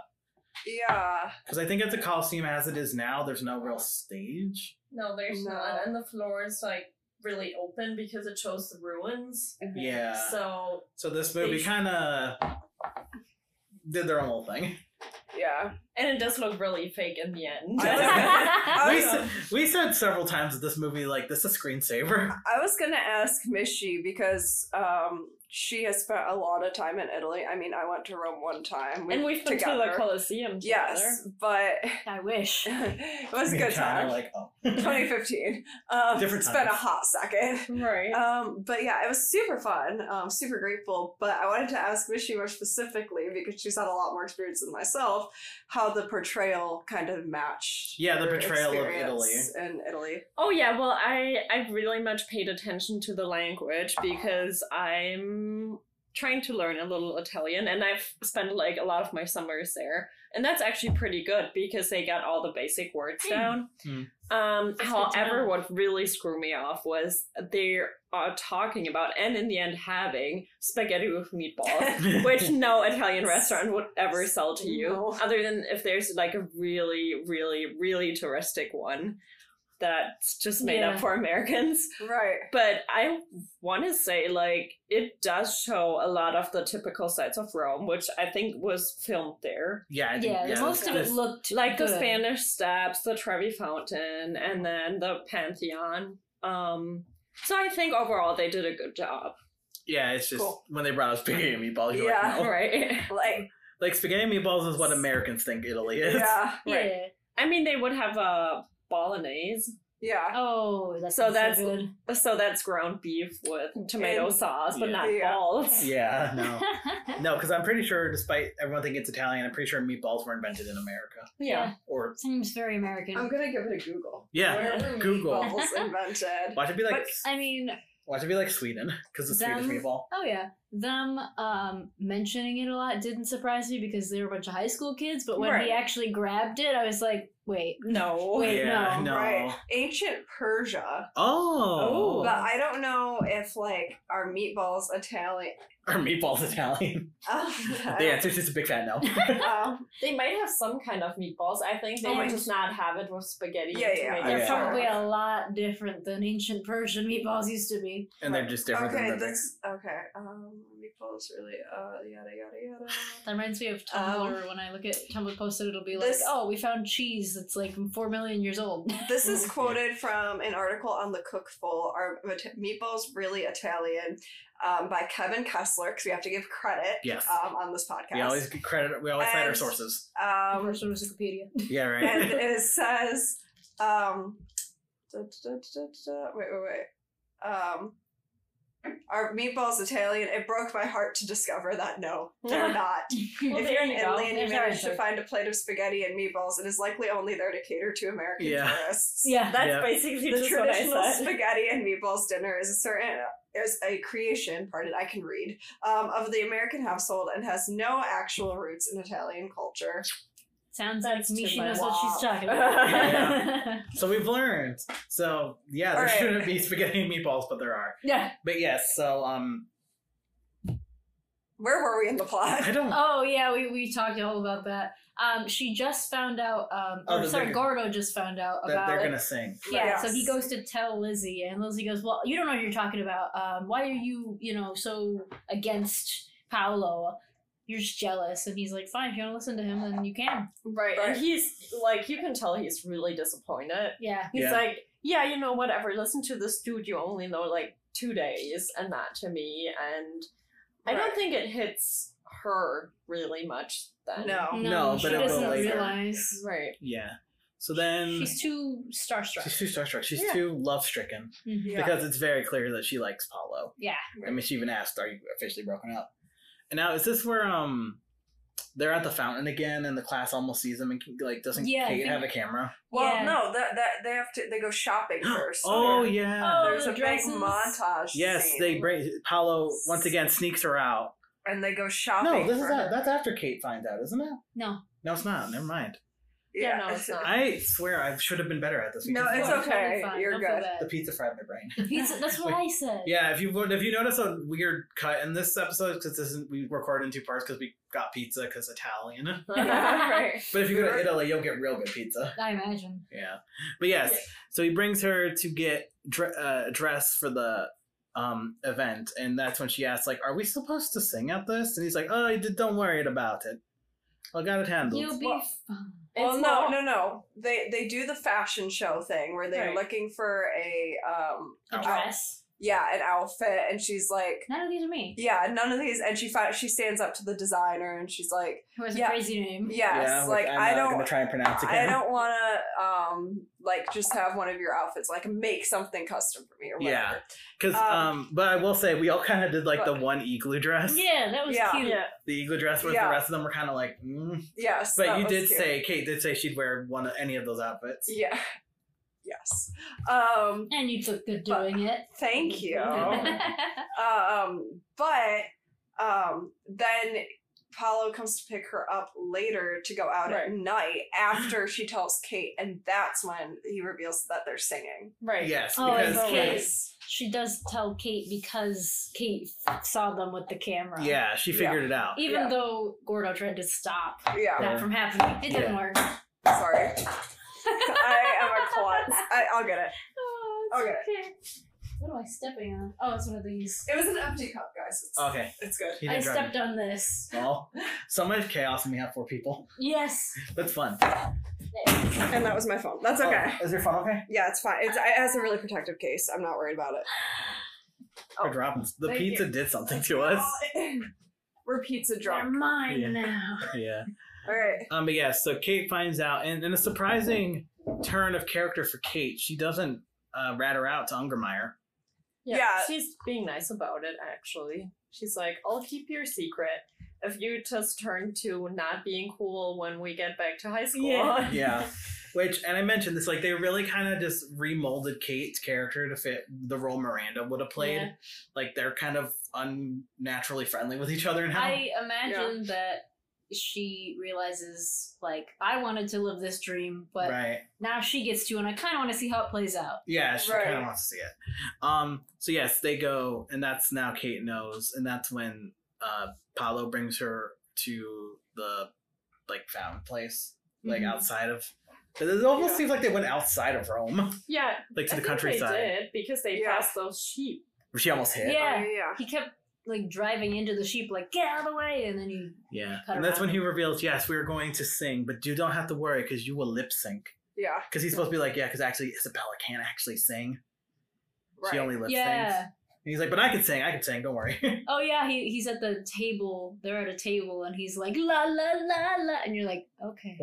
Speaker 2: Yeah.
Speaker 1: Because I think at the Coliseum as it is now, there's no real stage.
Speaker 5: No, there's
Speaker 2: No.
Speaker 5: not. And the floor is like really open because it shows the ruins.
Speaker 1: Yeah.
Speaker 5: So
Speaker 1: So this movie kind of did their own little thing.
Speaker 2: Yeah.
Speaker 4: And it does look really fake in the end.
Speaker 2: I was-
Speaker 3: Oh,
Speaker 1: We, said, we said several times that this movie, like, this is a screensaver.
Speaker 2: I was gonna ask Mishi because um, she has spent a lot of time in Italy. I mean, I went to Rome one time.
Speaker 4: and we've been to the Colosseum together.
Speaker 2: Yes, but
Speaker 3: I wish.
Speaker 2: it was a
Speaker 1: Me and
Speaker 2: good
Speaker 1: John
Speaker 2: time.
Speaker 1: are like, oh.
Speaker 2: 2015. Um,
Speaker 1: Different
Speaker 2: It's been a
Speaker 1: times.
Speaker 2: hot second.
Speaker 4: Right.
Speaker 2: Um, but yeah, it was super fun. Um, super grateful. But I wanted to ask Mishi more specifically because she's had a lot more experience than myself. How the portrayal kind of matched.
Speaker 1: Yeah, the
Speaker 2: your
Speaker 1: portrayal of
Speaker 2: experience in Italy.
Speaker 4: Oh yeah, well I I really much paid attention to the language because I'm trying to learn a little Italian and I've spent like a lot of my summers there. And that's actually pretty good because they got all the basic words
Speaker 3: Hmm.
Speaker 4: down.
Speaker 1: Hmm.
Speaker 4: Um
Speaker 3: That's good to
Speaker 4: however
Speaker 3: know.
Speaker 4: what really screwed me off was they are talking about and in the end having spaghetti with meatballs. Which no Italian restaurant would ever sell to you,
Speaker 2: No.
Speaker 4: other than if there's like a really, really, really touristic one that's just made
Speaker 3: Yeah.
Speaker 4: up for Americans.
Speaker 2: Right.
Speaker 4: But I want to say, like, it does show a lot of the typical sites of Rome, which I think was filmed there.
Speaker 1: yeah, I think,
Speaker 3: yeah, most
Speaker 1: this-
Speaker 3: of it
Speaker 1: this-
Speaker 3: looked
Speaker 4: Like
Speaker 3: good.
Speaker 4: the Spanish Steps, the Trevi Fountain, and then the Pantheon. Um, so I think overall they did a good job,
Speaker 1: Yeah, it's just
Speaker 2: Cool.
Speaker 1: when they brought us spaghetti and meatballs, you're
Speaker 2: Yeah.
Speaker 1: like, no.
Speaker 4: right?
Speaker 2: Like
Speaker 1: Like, spaghetti and meatballs is what Americans think Italy is.
Speaker 2: Yeah,
Speaker 3: Yeah.
Speaker 4: I mean, they would have a bolognese.
Speaker 2: yeah.
Speaker 3: Oh, that's
Speaker 4: So
Speaker 3: so
Speaker 4: that's-
Speaker 3: good.
Speaker 4: So that's ground beef with tomato
Speaker 2: And-
Speaker 4: sauce, but
Speaker 1: Yeah.
Speaker 4: not
Speaker 2: Yeah.
Speaker 4: balls.
Speaker 1: Yeah, no. No, because I'm pretty sure, despite everyone thinking it's Italian, I'm pretty sure meatballs were invented in America.
Speaker 4: Yeah.
Speaker 1: Or,
Speaker 3: Seems very American.
Speaker 2: I'm gonna give it a Google.
Speaker 1: yeah,
Speaker 5: Where were
Speaker 1: Google.
Speaker 2: Meatballs invented.
Speaker 1: Why should it be like,
Speaker 3: I mean,
Speaker 1: why should it be like Sweden? Because it's Swedish
Speaker 3: Them-
Speaker 1: meatball.
Speaker 3: oh yeah, them um, mentioning it a lot didn't surprise me because they were a bunch of high school kids. But when
Speaker 4: Right.
Speaker 3: he actually grabbed it, I was like, wait,
Speaker 4: No.
Speaker 3: Wait,
Speaker 1: yeah,
Speaker 3: no.
Speaker 2: Right. Ancient Persia.
Speaker 1: Oh.
Speaker 4: Oh.
Speaker 2: But I don't know if like are meatballs Italian.
Speaker 1: Are meatballs Italian?
Speaker 2: Um,
Speaker 1: The answer's just a big fat no.
Speaker 2: um,
Speaker 4: They might have some kind of meatballs. I think they
Speaker 2: Oh
Speaker 4: would
Speaker 2: my-
Speaker 4: just not have it with spaghetti.
Speaker 2: Yeah, yeah.
Speaker 4: tomato
Speaker 1: Oh,
Speaker 3: they're
Speaker 1: yeah.
Speaker 4: sauce.
Speaker 3: probably a lot different than ancient Persian meatballs used to be.
Speaker 1: and they're just different
Speaker 2: okay,
Speaker 1: than the
Speaker 2: that's okay. Um, meatballs really. Uh, yada yada yada.
Speaker 3: That reminds me of Tumblr. when I look at Tumblr posted, it'll be
Speaker 2: This-
Speaker 3: like, "Oh, we found cheese that's like four million years old."
Speaker 2: This
Speaker 4: Oh,
Speaker 2: is
Speaker 1: Mhm.
Speaker 2: quoted from an article on the Cookful. Are Ita- meatballs really Italian? Um, by Kevin Kessler, because we have to give credit.
Speaker 1: Yes.
Speaker 2: Um, on this podcast.
Speaker 1: We always get credit. We always cite our
Speaker 2: And-
Speaker 1: sources.
Speaker 2: um,
Speaker 3: Or sort of Wikipedia.
Speaker 1: Yeah,
Speaker 2: and
Speaker 1: right.
Speaker 2: it says, um, da, da, da, da, da, da, wait, wait, wait. Um, are meatballs Italian? It broke my heart to discover that no, they're not.
Speaker 4: Well,
Speaker 2: if
Speaker 4: there
Speaker 2: you're in
Speaker 4: you go.
Speaker 2: Italy and you
Speaker 3: There's our
Speaker 2: manage to
Speaker 3: answer.
Speaker 2: find a plate of spaghetti and meatballs, it is likely only there to cater to American
Speaker 1: Yeah.
Speaker 2: tourists.
Speaker 3: yeah,
Speaker 4: That's
Speaker 1: Yeah.
Speaker 4: basically
Speaker 2: The
Speaker 4: just what I
Speaker 2: traditional
Speaker 4: said.
Speaker 2: spaghetti and meatballs dinner is a certain is a creation, pardon, I can read, um, of the American household and has no actual roots in Italian culture.
Speaker 3: sounds like
Speaker 4: That's too
Speaker 3: Mishi
Speaker 4: much.
Speaker 3: knows what she's talking about.
Speaker 1: Yeah.
Speaker 3: yeah.
Speaker 1: so we've learned. So yeah, there
Speaker 2: All right.
Speaker 1: shouldn't be spaghetti and meatballs, but there are. But yes, so um,
Speaker 2: Where were we in the plot?
Speaker 1: I don't.
Speaker 3: Oh yeah, we, we talked all about that. Um, she just found out. Um,
Speaker 1: Oh,
Speaker 3: or
Speaker 1: that
Speaker 3: sorry,
Speaker 1: they're-
Speaker 3: Gordo just found out
Speaker 1: that
Speaker 3: about.
Speaker 1: they're gonna sing.
Speaker 3: yeah,
Speaker 2: Yes.
Speaker 3: so he goes to tell Lizzie, and Lizzie goes, "Well, you don't know what you're talking about. Um, why are you, you know, so against Paolo? You're just jealous." And he's like, "Fine, if you don't listen to him, then you can."
Speaker 4: Right.
Speaker 2: Right.
Speaker 4: And he's like, you can tell he's really disappointed.
Speaker 3: Yeah,
Speaker 4: He's
Speaker 1: Yeah.
Speaker 4: like, yeah, you know, whatever. Listen to this dude you only know like two days and not to me. And I
Speaker 2: Right.
Speaker 4: don't think it hits her really much then.
Speaker 2: No.
Speaker 1: No,
Speaker 3: she
Speaker 1: but it will
Speaker 3: doesn't
Speaker 1: later.
Speaker 3: realize.
Speaker 4: Right.
Speaker 1: Yeah. So then
Speaker 3: She's too starstruck.
Speaker 1: she's too starstruck. She's
Speaker 4: Yeah.
Speaker 1: too love stricken
Speaker 3: Mhm.
Speaker 2: Yeah.
Speaker 1: because it's very clear that she likes Paulo.
Speaker 3: Yeah.
Speaker 1: I mean, she even asked, "Are you officially broken up?" And now is this where um. They're at the fountain again, and the class almost sees them, and like doesn't
Speaker 3: Yeah, I
Speaker 1: Kate
Speaker 3: think-
Speaker 1: have a camera?
Speaker 2: Well,
Speaker 3: Yeah.
Speaker 2: no, that, that they have to they go shopping first.
Speaker 1: oh
Speaker 2: There-
Speaker 1: yeah,
Speaker 3: Oh,
Speaker 2: there's
Speaker 3: the
Speaker 2: a
Speaker 3: dresses.
Speaker 2: big montage.
Speaker 1: Yes,
Speaker 2: scene.
Speaker 1: they bring Paolo once again sneaks her out
Speaker 2: and they go shopping.
Speaker 1: No, this
Speaker 2: for
Speaker 1: is
Speaker 2: her.
Speaker 1: that, that's after Kate finds out, isn't it?
Speaker 3: No.
Speaker 1: No, it's not. Never mind.
Speaker 4: Yeah, no, it's not.
Speaker 1: I swear I should have been better at this.
Speaker 2: No,
Speaker 1: because
Speaker 2: it's
Speaker 1: the-
Speaker 3: Totally
Speaker 2: okay.
Speaker 3: fine.
Speaker 2: You're
Speaker 3: Don't feel
Speaker 2: good.
Speaker 1: The
Speaker 3: bad.
Speaker 1: pizza fried my brain.
Speaker 3: Pizza. That's what I said.
Speaker 1: Yeah, if you if you notice a weird cut in this episode, because this isn't we recorded in two parts because we got pizza because Italian.
Speaker 4: Right.
Speaker 1: But if you go to Italy, you'll get real good pizza.
Speaker 3: I imagine.
Speaker 1: Yeah, but yes, so he brings her to get dre- uh, a dress for the um event, and that's when she asks like, "Are we supposed to sing at this?" And he's like, "Oh, d- don't worry about it. I got it handled."
Speaker 3: You'll be
Speaker 2: Well- oh,
Speaker 3: fine.
Speaker 2: Well,
Speaker 4: It's
Speaker 2: no,
Speaker 4: not-
Speaker 2: no, no. They they do the fashion show thing where they're
Speaker 5: Right.
Speaker 2: looking for a um
Speaker 3: A
Speaker 1: Oh.
Speaker 3: dress.
Speaker 2: yeah an outfit, and she's like,
Speaker 3: None of these are me.
Speaker 2: yeah, none of these. And she finds she stands up to the designer, and she's like,
Speaker 3: Who has a
Speaker 2: Yeah.
Speaker 3: crazy name?
Speaker 2: yes,
Speaker 1: yeah, which
Speaker 2: like
Speaker 1: I'm
Speaker 2: I
Speaker 1: not
Speaker 2: don't.
Speaker 1: gonna try and pronounce again.
Speaker 2: I don't want to, um, like, just have one of your outfits. Like, make something custom for me or whatever.
Speaker 1: Yeah. Because,
Speaker 2: Um,
Speaker 1: um, but I will say, we all kind of did like the one igloo dress.
Speaker 3: Yeah, that was
Speaker 2: Yeah.
Speaker 3: cute.
Speaker 5: Yeah.
Speaker 1: The igloo dress was
Speaker 2: Yeah.
Speaker 1: the rest of them were kind of like, mm.
Speaker 2: Yes.
Speaker 1: but
Speaker 2: that
Speaker 1: you
Speaker 2: was
Speaker 1: did
Speaker 2: cute.
Speaker 1: say, Kate did say she'd wear one of any of those outfits.
Speaker 2: Yeah. Yes. Um,
Speaker 3: And you took good doing it.
Speaker 2: thank you.
Speaker 1: Oh.
Speaker 3: yeah.
Speaker 2: um, but um, then Paolo comes to pick her up later to go out at
Speaker 5: Right.
Speaker 2: night after she tells Kate, and that's when he reveals that they're singing.
Speaker 5: Right.
Speaker 1: Yes,
Speaker 3: Oh,
Speaker 1: because
Speaker 3: it's
Speaker 1: like,
Speaker 3: Kate. She does tell Kate because Kate f- saw them with the camera.
Speaker 1: yeah, she figured it out.
Speaker 3: Even
Speaker 2: Yeah.
Speaker 3: though Gordo tried to stop
Speaker 2: Yeah.
Speaker 1: Yeah.
Speaker 3: that from happening, it didn't
Speaker 1: Oh. Yeah.
Speaker 3: work.
Speaker 2: Sorry. I am a klutz. I, I'll get it.
Speaker 3: Oh,
Speaker 2: it's
Speaker 3: What am I stepping on? Oh, it's one of these.
Speaker 2: It was an empty cup, guys. It's,
Speaker 1: Okay,
Speaker 2: it's good.
Speaker 1: he
Speaker 3: I
Speaker 1: didn't drive
Speaker 3: stepped on this.
Speaker 1: me. Well, so much chaos and we have four people.
Speaker 3: Yes.
Speaker 1: That's fun.
Speaker 2: And that was my phone. That's okay.
Speaker 1: Oh, is your phone okay?
Speaker 2: Yeah, it's fine. It's, it has a really protective case. I'm not worried about it. Oh.
Speaker 1: We're dropping. The
Speaker 2: Thank
Speaker 1: pizza
Speaker 2: you.
Speaker 1: did something to us.
Speaker 2: We're pizza
Speaker 3: They're
Speaker 2: drunk.
Speaker 3: mine
Speaker 1: Yeah.
Speaker 3: now.
Speaker 1: Yeah.
Speaker 2: All right.
Speaker 1: Um, but yeah, so Kate finds out, and in a surprising turn of character for Kate, she doesn't uh, rat her out to Ungermeyer.
Speaker 2: Yeah.
Speaker 4: She's being nice about it, actually. She's like, I'll keep your secret if you just turn to not being cool when we get back to high school.
Speaker 5: Yeah.
Speaker 1: yeah which and i mentioned this like they really kind of just remolded kate's character to fit the role miranda would have played
Speaker 4: Yeah.
Speaker 1: like they're kind of unnaturally friendly with each other now
Speaker 3: I imagine that she realizes, like, I wanted to live this dream, but
Speaker 1: right
Speaker 3: now she gets to, and I kind of want to see how it plays out.
Speaker 1: yeah she kind
Speaker 2: Right.
Speaker 1: of wants to see it um so yes they go and that's now kate knows and that's when uh paolo brings her to the like fountain place like
Speaker 3: Mhm.
Speaker 1: outside of it almost
Speaker 4: Mm-hmm. Yeah.
Speaker 1: seems like they went outside of rome
Speaker 4: Yeah.
Speaker 1: like to
Speaker 4: I
Speaker 1: the
Speaker 4: think
Speaker 1: countryside
Speaker 4: They did because they
Speaker 2: Yeah.
Speaker 4: passed those sheep.
Speaker 1: where she almost hit
Speaker 3: Yeah.
Speaker 2: yeah.
Speaker 3: He kept, like, driving into the sheep, like, get out of the way, and then he.
Speaker 1: Yeah,
Speaker 3: cut
Speaker 1: and that's
Speaker 3: around.
Speaker 1: when he reveals, "Yes, we are going to sing, but you don't have to worry because you will lip sync."
Speaker 2: Yeah.
Speaker 1: Because he's supposed to be like, "Yeah, because actually Isabella can't actually sing;
Speaker 2: Right.
Speaker 1: she only lip
Speaker 3: yeah.
Speaker 1: syncs." And he's like, "But I can sing. I can sing. Don't worry."
Speaker 3: Oh yeah, he, he's at the table. They're at a table, and he's like la la la la, and you're like, okay,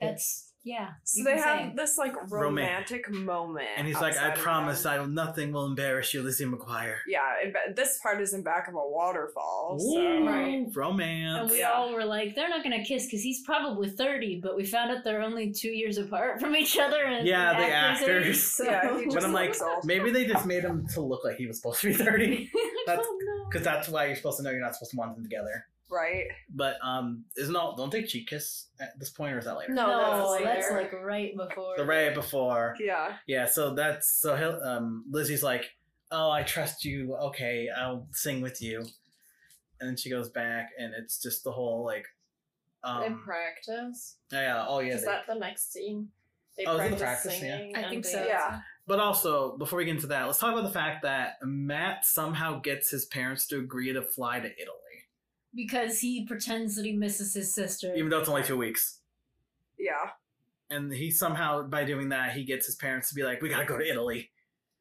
Speaker 3: that's yeah.
Speaker 2: so
Speaker 3: you
Speaker 2: they
Speaker 3: can
Speaker 2: have
Speaker 3: sing.
Speaker 2: this like romantic
Speaker 1: Romantic.
Speaker 2: moment.
Speaker 1: and he's like, "I
Speaker 2: outside of
Speaker 1: promise,
Speaker 2: them.
Speaker 1: I will. Nothing will embarrass you, Lizzie McGuire."
Speaker 2: Yeah. In, ba- this part is in back of a waterfall. So.
Speaker 1: Ooh,
Speaker 4: Right.
Speaker 3: And
Speaker 1: romance.
Speaker 3: we
Speaker 2: Yeah.
Speaker 3: all were like, they're not gonna kiss because he's probably thirty, but we found out they're only two years apart from each other. And
Speaker 1: Yeah, the
Speaker 3: age,
Speaker 1: actors.
Speaker 3: so-
Speaker 2: Yeah, he
Speaker 1: But
Speaker 2: just
Speaker 1: I'm like,
Speaker 2: looks old.
Speaker 1: maybe they just made him to look like he was supposed to be thirty, that's-
Speaker 3: oh, no.
Speaker 1: because that's why you're supposed to know you're not supposed to want them together.
Speaker 2: Right.
Speaker 1: But um, isn't all don't they cheek kiss at this point, or is that later?
Speaker 4: No,
Speaker 3: No,
Speaker 4: that's
Speaker 3: that's
Speaker 4: later.
Speaker 3: like right before.
Speaker 1: The right before.
Speaker 2: Yeah.
Speaker 1: Yeah, so that's so he'll, um Lizzie's like, "Oh, I trust you. Okay, I'll sing with you." And then she goes back and it's just the whole like
Speaker 4: they
Speaker 1: um
Speaker 4: practice.
Speaker 1: yeah, oh yeah.
Speaker 4: Is
Speaker 1: they-
Speaker 4: that the next scene? They
Speaker 1: Oh, is it the
Speaker 4: practice,
Speaker 1: practice? Yeah.
Speaker 4: singing.
Speaker 3: I
Speaker 4: and
Speaker 3: think
Speaker 4: they-
Speaker 3: so.
Speaker 2: Yeah.
Speaker 1: but also, before we get into that, let's talk about the fact that Matt somehow gets his parents to agree to fly to Italy,
Speaker 3: because he pretends that he misses his sister.
Speaker 1: even though it's only 2 weeks.
Speaker 2: Yeah.
Speaker 1: And he somehow by doing that, he gets his parents to be like, "We got to go to Italy."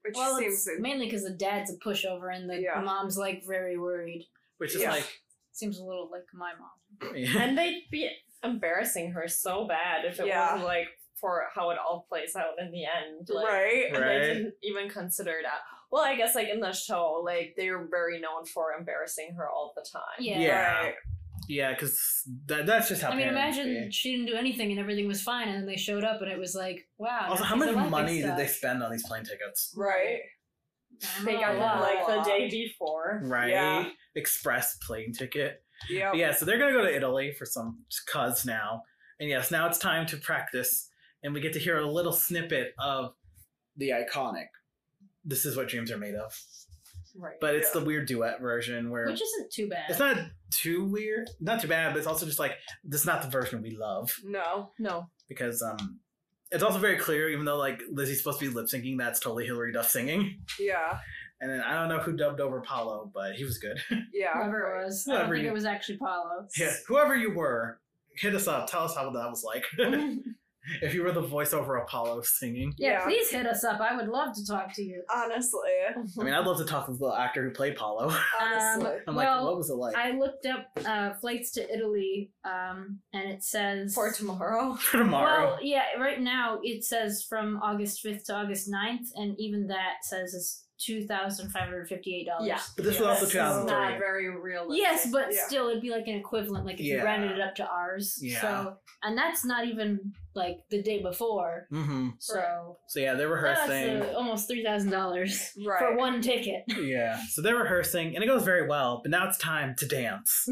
Speaker 2: Which
Speaker 3: well,
Speaker 2: seems.
Speaker 3: it's mainly because the dad's a pushover and the
Speaker 2: Yeah.
Speaker 3: mom's like very worried.
Speaker 1: Which is
Speaker 2: Yeah.
Speaker 1: like
Speaker 3: Seems a little like my mom.
Speaker 4: And they'd be embarrassing her so bad if it
Speaker 2: Yeah.
Speaker 4: wasn't like for how it all plays out in the end. Like,
Speaker 2: right.
Speaker 4: And
Speaker 1: Right.
Speaker 4: they didn't even consider that. Well, I guess like in the show, like they were very known for embarrassing her all the time.
Speaker 3: Yeah.
Speaker 1: Yeah.
Speaker 2: Right.
Speaker 1: Yeah, cuz that, that's just how
Speaker 3: I mean,
Speaker 1: parents
Speaker 3: imagine
Speaker 1: be.
Speaker 3: she didn't do anything and everything was fine, and then they showed up and it was like, wow.
Speaker 1: Also,
Speaker 3: now
Speaker 1: how
Speaker 3: she's
Speaker 1: much
Speaker 3: Olympic
Speaker 1: money did
Speaker 3: stuff.
Speaker 1: they spend on these plane tickets?
Speaker 2: Right.
Speaker 3: I don't
Speaker 4: They
Speaker 3: know.
Speaker 4: got
Speaker 1: Yeah.
Speaker 4: them like the day before.
Speaker 1: Right?
Speaker 2: Yeah.
Speaker 1: Express plane ticket.
Speaker 2: Yep.
Speaker 1: But yeah, so they're gonna go to Italy for some cause now. And yes, now it's time to practice, and we get to hear a little snippet of the iconic. This is what dreams are made of,
Speaker 4: Right.
Speaker 1: but it's the weird duet version where
Speaker 3: which isn't too bad.
Speaker 1: it's not too weird, not too bad, but it's also just like this is not the version we love
Speaker 2: No.
Speaker 4: no.
Speaker 1: because um, it's also very clear, even though like Lizzie's supposed to be lip syncing, that's totally Hillary Duff singing.
Speaker 2: Yeah.
Speaker 1: And then I don't know who dubbed over Paolo, but he was good.
Speaker 2: Yeah.
Speaker 3: Whoever it was, I don't
Speaker 1: Whoever
Speaker 3: think
Speaker 1: you-
Speaker 3: it was actually Paulo.
Speaker 1: yeah, whoever you were, hit us up. Tell us how that was like. if you were the voiceover Apollo singing.
Speaker 3: Yeah,
Speaker 2: Yeah.
Speaker 3: please hit us up. I would love to talk to you.
Speaker 2: Honestly.
Speaker 1: I mean, I'd love to talk to the little actor who played Apollo.
Speaker 2: Honestly.
Speaker 1: I'm like,
Speaker 3: Um, Well,
Speaker 1: what was it like?
Speaker 3: I looked up uh, flights to Italy, um, and it says
Speaker 4: For tomorrow.
Speaker 1: For tomorrow.
Speaker 3: Well, yeah, right now it says from August 5th to August 9th, and even that says it's $2,558.
Speaker 4: Yeah.
Speaker 1: but this was also
Speaker 2: Yes.
Speaker 4: It's not
Speaker 1: 2003.
Speaker 4: very realistic.
Speaker 3: Yes, but
Speaker 2: Yeah.
Speaker 3: still, it'd be like an equivalent, like if
Speaker 1: Yeah.
Speaker 3: you rounded it up to ours.
Speaker 1: Yeah.
Speaker 3: So, and that's not even like the day before.
Speaker 1: Mm-hmm.
Speaker 3: So,
Speaker 1: So yeah, they're
Speaker 3: that's
Speaker 1: rehearsing.
Speaker 3: uh, almost $3,000
Speaker 2: Um, Right.
Speaker 3: for one ticket.
Speaker 1: yeah. So they're rehearsing, and it goes very well. But now it's time to dance,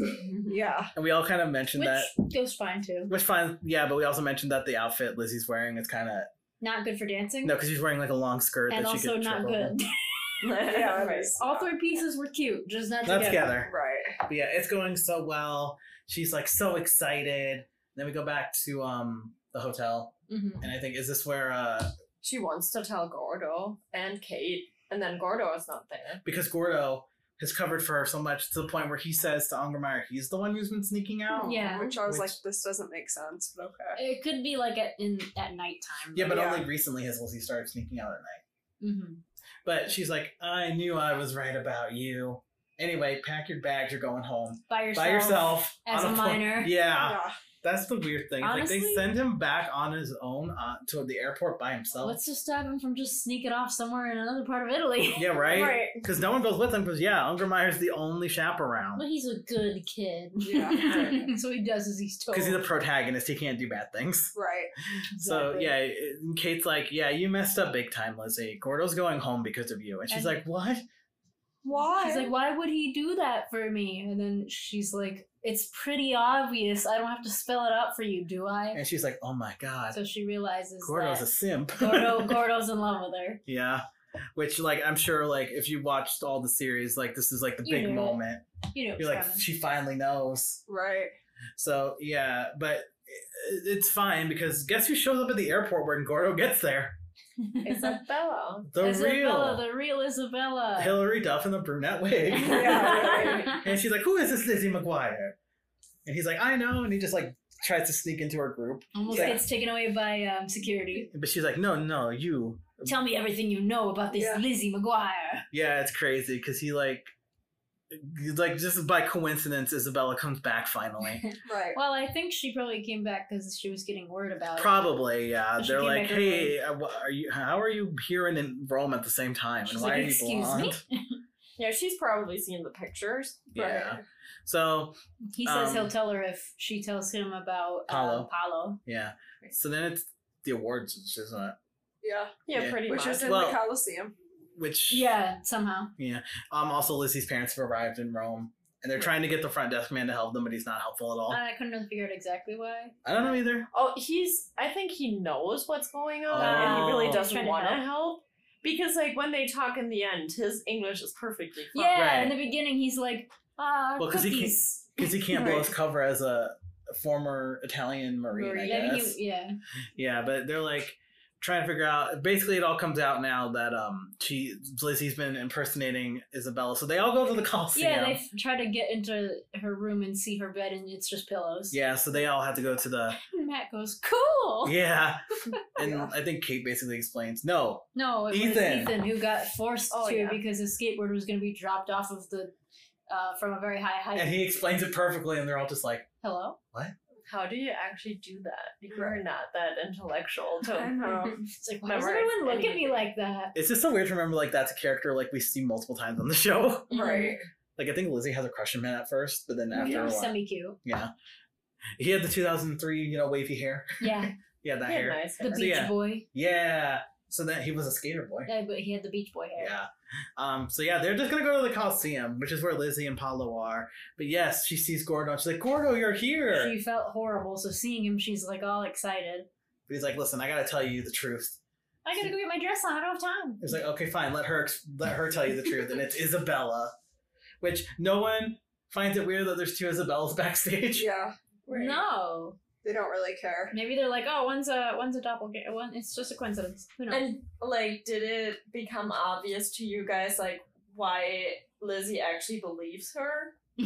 Speaker 2: Yeah.
Speaker 1: and we all kind of mentioned
Speaker 3: Which
Speaker 1: that.
Speaker 3: goes fine too.
Speaker 1: Which fine, yeah. But we also mentioned that the outfit Lizzie's wearing is kind of
Speaker 3: Not good for dancing.
Speaker 1: no, because she's wearing like a long skirt
Speaker 3: and
Speaker 1: that she
Speaker 3: also
Speaker 1: could
Speaker 3: not
Speaker 1: trip over.
Speaker 3: good.
Speaker 2: Yeah. it
Speaker 4: Right.
Speaker 2: is.
Speaker 3: All three pieces were cute, just not
Speaker 1: Not
Speaker 3: together.
Speaker 1: together.
Speaker 2: Right.
Speaker 1: But yeah, it's going so well. She's like so excited. Then we go back to um the hotel,
Speaker 3: Mhm.
Speaker 1: and I think is this where uh
Speaker 4: She wants to tell Gordo and Kate, and then Gordo is not there.
Speaker 1: because Gordo has covered for her so much to the point where he says to Ungermeyer he's the one who's been sneaking out.
Speaker 3: Yeah.
Speaker 2: Which I was
Speaker 1: Which-
Speaker 2: like, this doesn't make sense, but okay.
Speaker 3: It could be like at in at nighttime.
Speaker 1: Yeah, but
Speaker 2: Yeah.
Speaker 1: only recently has Lizzie started sneaking out at night.
Speaker 3: hmm
Speaker 1: But she's like, I knew I was right about you. Anyway, pack your bags, you're going home.
Speaker 3: by yourself.
Speaker 1: By yourself.
Speaker 3: as
Speaker 1: on
Speaker 3: a
Speaker 1: pla-
Speaker 3: minor.
Speaker 1: Yeah.
Speaker 2: Yeah.
Speaker 1: That's the weird thing. like they
Speaker 3: Honestly-
Speaker 1: send him back on his own uh, to the airport by himself.
Speaker 3: What's to stop him from just sneaking off somewhere in another part of Italy?
Speaker 1: yeah, right?
Speaker 2: Right.
Speaker 1: Because no one goes with him because yeah, Ungermeyer's the only chaperone.
Speaker 3: But he's a good kid.
Speaker 2: Yeah.
Speaker 3: so he does as he's told.
Speaker 1: Because he's a protagonist, he can't do bad things.
Speaker 2: Right.
Speaker 1: So
Speaker 3: Exactly.
Speaker 1: yeah, it- and Kate's like, yeah, you messed up big time, Lizzie. Gordo's going home because of you, and she's
Speaker 3: And-
Speaker 1: like, what?
Speaker 2: Why?
Speaker 3: She's like, why would he do that for me? And then she's like, it's pretty obvious. I don't have to spell it out for you, do I?
Speaker 1: And she's like, oh my god,
Speaker 3: So she realizes
Speaker 1: Gordo's a
Speaker 3: that
Speaker 1: simp.
Speaker 3: Gordo, Gordo's in love with her.
Speaker 1: yeah, which like I'm sure like if you watched all the series, like this is like the
Speaker 3: You
Speaker 1: big
Speaker 3: knew it.
Speaker 1: moment.
Speaker 3: You know, it's
Speaker 1: You're like,
Speaker 3: coming.
Speaker 1: she finally knows.
Speaker 2: right.
Speaker 1: So yeah, but i- it's fine because guess who shows up at the airport when Gordo gets there?
Speaker 4: Isabella.
Speaker 1: The
Speaker 3: Isabella,
Speaker 1: real
Speaker 3: the real Isabella.
Speaker 1: Hillary Duff in the brunette wig.
Speaker 2: Yeah,
Speaker 1: And she's like, "Who is this Lizzie McGuire?" And he's like, "I know." And he just like tries to sneak into her group,
Speaker 3: Almost
Speaker 1: Yeah.
Speaker 3: gets taken away by um, security.
Speaker 1: but she's like, "No, no, you."
Speaker 3: Tell me everything you know about this
Speaker 2: Yeah.
Speaker 3: Lizzie McGuire.
Speaker 1: Yeah, it's crazy because he like, like just by coincidence, Isabella comes back finally.
Speaker 3: Oh,
Speaker 2: Right.
Speaker 3: Well, I think she probably came back because she was getting word about it.
Speaker 1: Probably, yeah.
Speaker 3: She
Speaker 1: They're
Speaker 3: came
Speaker 1: like,
Speaker 3: back early.
Speaker 1: "Hey, uh, wha- are you? How are you here and in Rome at the same time?
Speaker 3: She's
Speaker 1: and why
Speaker 3: like,
Speaker 1: are you
Speaker 3: "Excuse
Speaker 1: blonde?"
Speaker 3: me?
Speaker 4: Yeah, she's probably seen the pictures.
Speaker 1: Yeah. So
Speaker 3: He says
Speaker 1: Um,
Speaker 3: he'll tell her if she tells him about
Speaker 1: Paolo.
Speaker 3: Um, Paolo.
Speaker 1: yeah, so then it's the awards, uh, isn't it?
Speaker 2: Yeah.
Speaker 4: Yeah,
Speaker 1: Yeah.
Speaker 4: pretty
Speaker 2: Which
Speaker 4: much.
Speaker 2: is in
Speaker 1: Well-
Speaker 2: the Coliseum.
Speaker 1: Which
Speaker 3: Yeah, somehow.
Speaker 1: Um, also Lizzie's parents have arrived in Rome. And they're trying to get the front desk man to help them, but he's not helpful at all.
Speaker 3: I couldn't have figured out exactly why.
Speaker 1: I don't know either.
Speaker 4: oh, he's. I think he knows what's going on,
Speaker 1: Oh.
Speaker 4: and he really
Speaker 1: He's
Speaker 4: doesn't
Speaker 3: trying to
Speaker 4: want to
Speaker 3: help.
Speaker 4: help. because, like, when they talk in the end, his English is perfectly fine.
Speaker 3: Yeah,
Speaker 1: Right.
Speaker 3: in the beginning he's like, ah,
Speaker 1: Well, 'cause he
Speaker 3: cookies.
Speaker 1: Because he can't blow
Speaker 4: Right.
Speaker 1: his cover as a former Italian Marine,
Speaker 4: Marine.
Speaker 1: I
Speaker 3: Maybe
Speaker 1: guess.
Speaker 3: he- yeah.
Speaker 1: Yeah, but they're like trying to figure out basically it all comes out now that um she Lizzie's been impersonating Isabella. So they all go to the Coliseum.
Speaker 3: Yeah, they f- try to get into her room and see her bed and it's just pillows.
Speaker 1: Yeah, so they all have to go to the
Speaker 3: And Matt goes, cool.
Speaker 1: Yeah. And
Speaker 2: Yeah.
Speaker 1: I think Kate basically explains, No,
Speaker 3: No, it
Speaker 1: Ethan.
Speaker 3: was Ethan who got forced
Speaker 4: Oh,
Speaker 3: to
Speaker 4: yeah.
Speaker 3: because his skateboard was going to be dropped off of the uh, from a very high height.
Speaker 1: and he explains it perfectly and they're all just like
Speaker 3: Hello.
Speaker 4: How do you actually do that? You're not that intellectual
Speaker 2: I
Speaker 4: to
Speaker 2: know.
Speaker 3: It's like, why does
Speaker 4: Memorize
Speaker 3: everyone look at me
Speaker 4: anything.
Speaker 3: like that?
Speaker 1: it's just so weird to remember like that's a character like we see multiple times on the show.
Speaker 2: Right.
Speaker 1: Like I think Lizzie has a crush on him at first, but then after a while,
Speaker 3: semi cute.
Speaker 1: yeah, he had the 2003, you know, wavy hair.
Speaker 3: Yeah,
Speaker 1: Yeah, that
Speaker 4: He had
Speaker 1: hair.
Speaker 4: nice
Speaker 3: the
Speaker 4: hair.
Speaker 3: Beach
Speaker 1: yeah.
Speaker 3: Boy.
Speaker 1: Yeah, So that he was a skater boy.
Speaker 3: Yeah, but he had the Beach Boy hair.
Speaker 1: Yeah. Um, so yeah, they're just gonna go to the Coliseum, which is where Lizzie and Paolo are. But yes, she sees Gordo. and She's like, Gordo, you're here.
Speaker 3: She felt horrible, so seeing him, she's like all excited.
Speaker 1: But he's like, listen, I gotta tell you the truth.
Speaker 3: I gotta go get my dress on. I don't have time.
Speaker 1: He's like, okay, fine, let her ex- let her tell you the truth, and it's Isabella, which no one finds it weird that there's two Isabellas backstage.
Speaker 2: Yeah,
Speaker 3: No,
Speaker 2: they don't really care.
Speaker 3: maybe they're like, oh, one's a one's a doppelganger. One, it's just a coincidence. Who knows?
Speaker 4: And like, did it become obvious to you guys like why Lizzie actually believes her?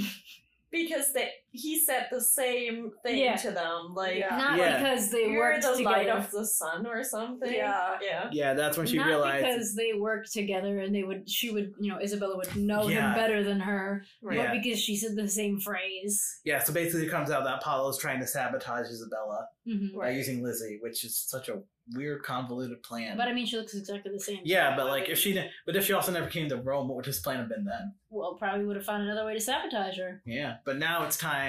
Speaker 4: because they he said the same thing
Speaker 3: Yeah.
Speaker 4: to them, like
Speaker 2: Yeah.
Speaker 3: Not
Speaker 1: Yeah.
Speaker 3: because they
Speaker 4: you're
Speaker 3: worked
Speaker 4: the light
Speaker 3: together.
Speaker 4: of the sun or something.
Speaker 2: Yeah.
Speaker 4: yeah.
Speaker 1: Yeah, that's when she
Speaker 3: Not
Speaker 1: realized.
Speaker 3: because they worked together and they would, she would, you know, Isabella would know
Speaker 1: Yeah.
Speaker 3: him better than her,
Speaker 1: Yeah.
Speaker 3: but because she said the same phrase.
Speaker 1: yeah, so basically it comes out that Paolo's trying to sabotage Isabella
Speaker 3: hmm
Speaker 1: by using Lizzie, which is such a weird, convoluted plan.
Speaker 3: But I mean, she looks exactly the same.
Speaker 1: yeah, but
Speaker 3: Why
Speaker 1: like
Speaker 3: would
Speaker 1: if
Speaker 3: you-
Speaker 1: she, ne- but if she also never came to Rome, what would his plan have been then?
Speaker 3: well, probably would have found another way to sabotage her.
Speaker 1: Yeah, but now it's time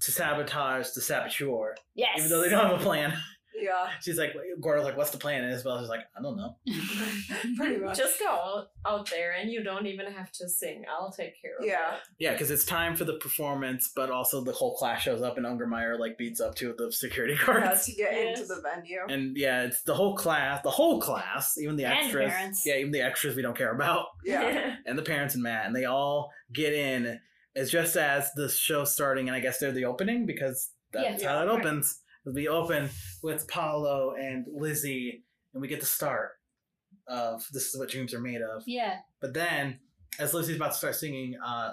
Speaker 1: to sabotage the saboteur,
Speaker 3: Yes.
Speaker 1: even though they don't have a plan.
Speaker 2: Yeah,
Speaker 1: She's like, Gordon's like, what's the plan? And Isabella's like, I don't know.
Speaker 2: pretty much.
Speaker 4: Just go out, out there, and you don't even have to sing. I'll take care of
Speaker 2: Yeah.
Speaker 4: it.
Speaker 1: Yeah, because it's time for the performance, but also the whole class shows up and Ungermeyer like beats up two of the security
Speaker 2: yeah,
Speaker 1: guards.
Speaker 2: to get
Speaker 3: Yes.
Speaker 2: into the venue.
Speaker 1: And yeah, it's the whole class, the whole class, even the
Speaker 3: And
Speaker 1: extras.
Speaker 3: parents.
Speaker 1: Yeah, even the extras we don't care about,
Speaker 2: Yeah,
Speaker 1: and the parents and Matt, and they all get in. It's just as the show's starting, and I guess they're the opening because that's
Speaker 3: Yeah.
Speaker 1: how it
Speaker 3: Right.
Speaker 1: opens. We open with Paolo and Lizzie, and we get the start of "This is what dreams are made of."
Speaker 3: yeah.
Speaker 1: But then, as Lizzie's about to start singing, uh,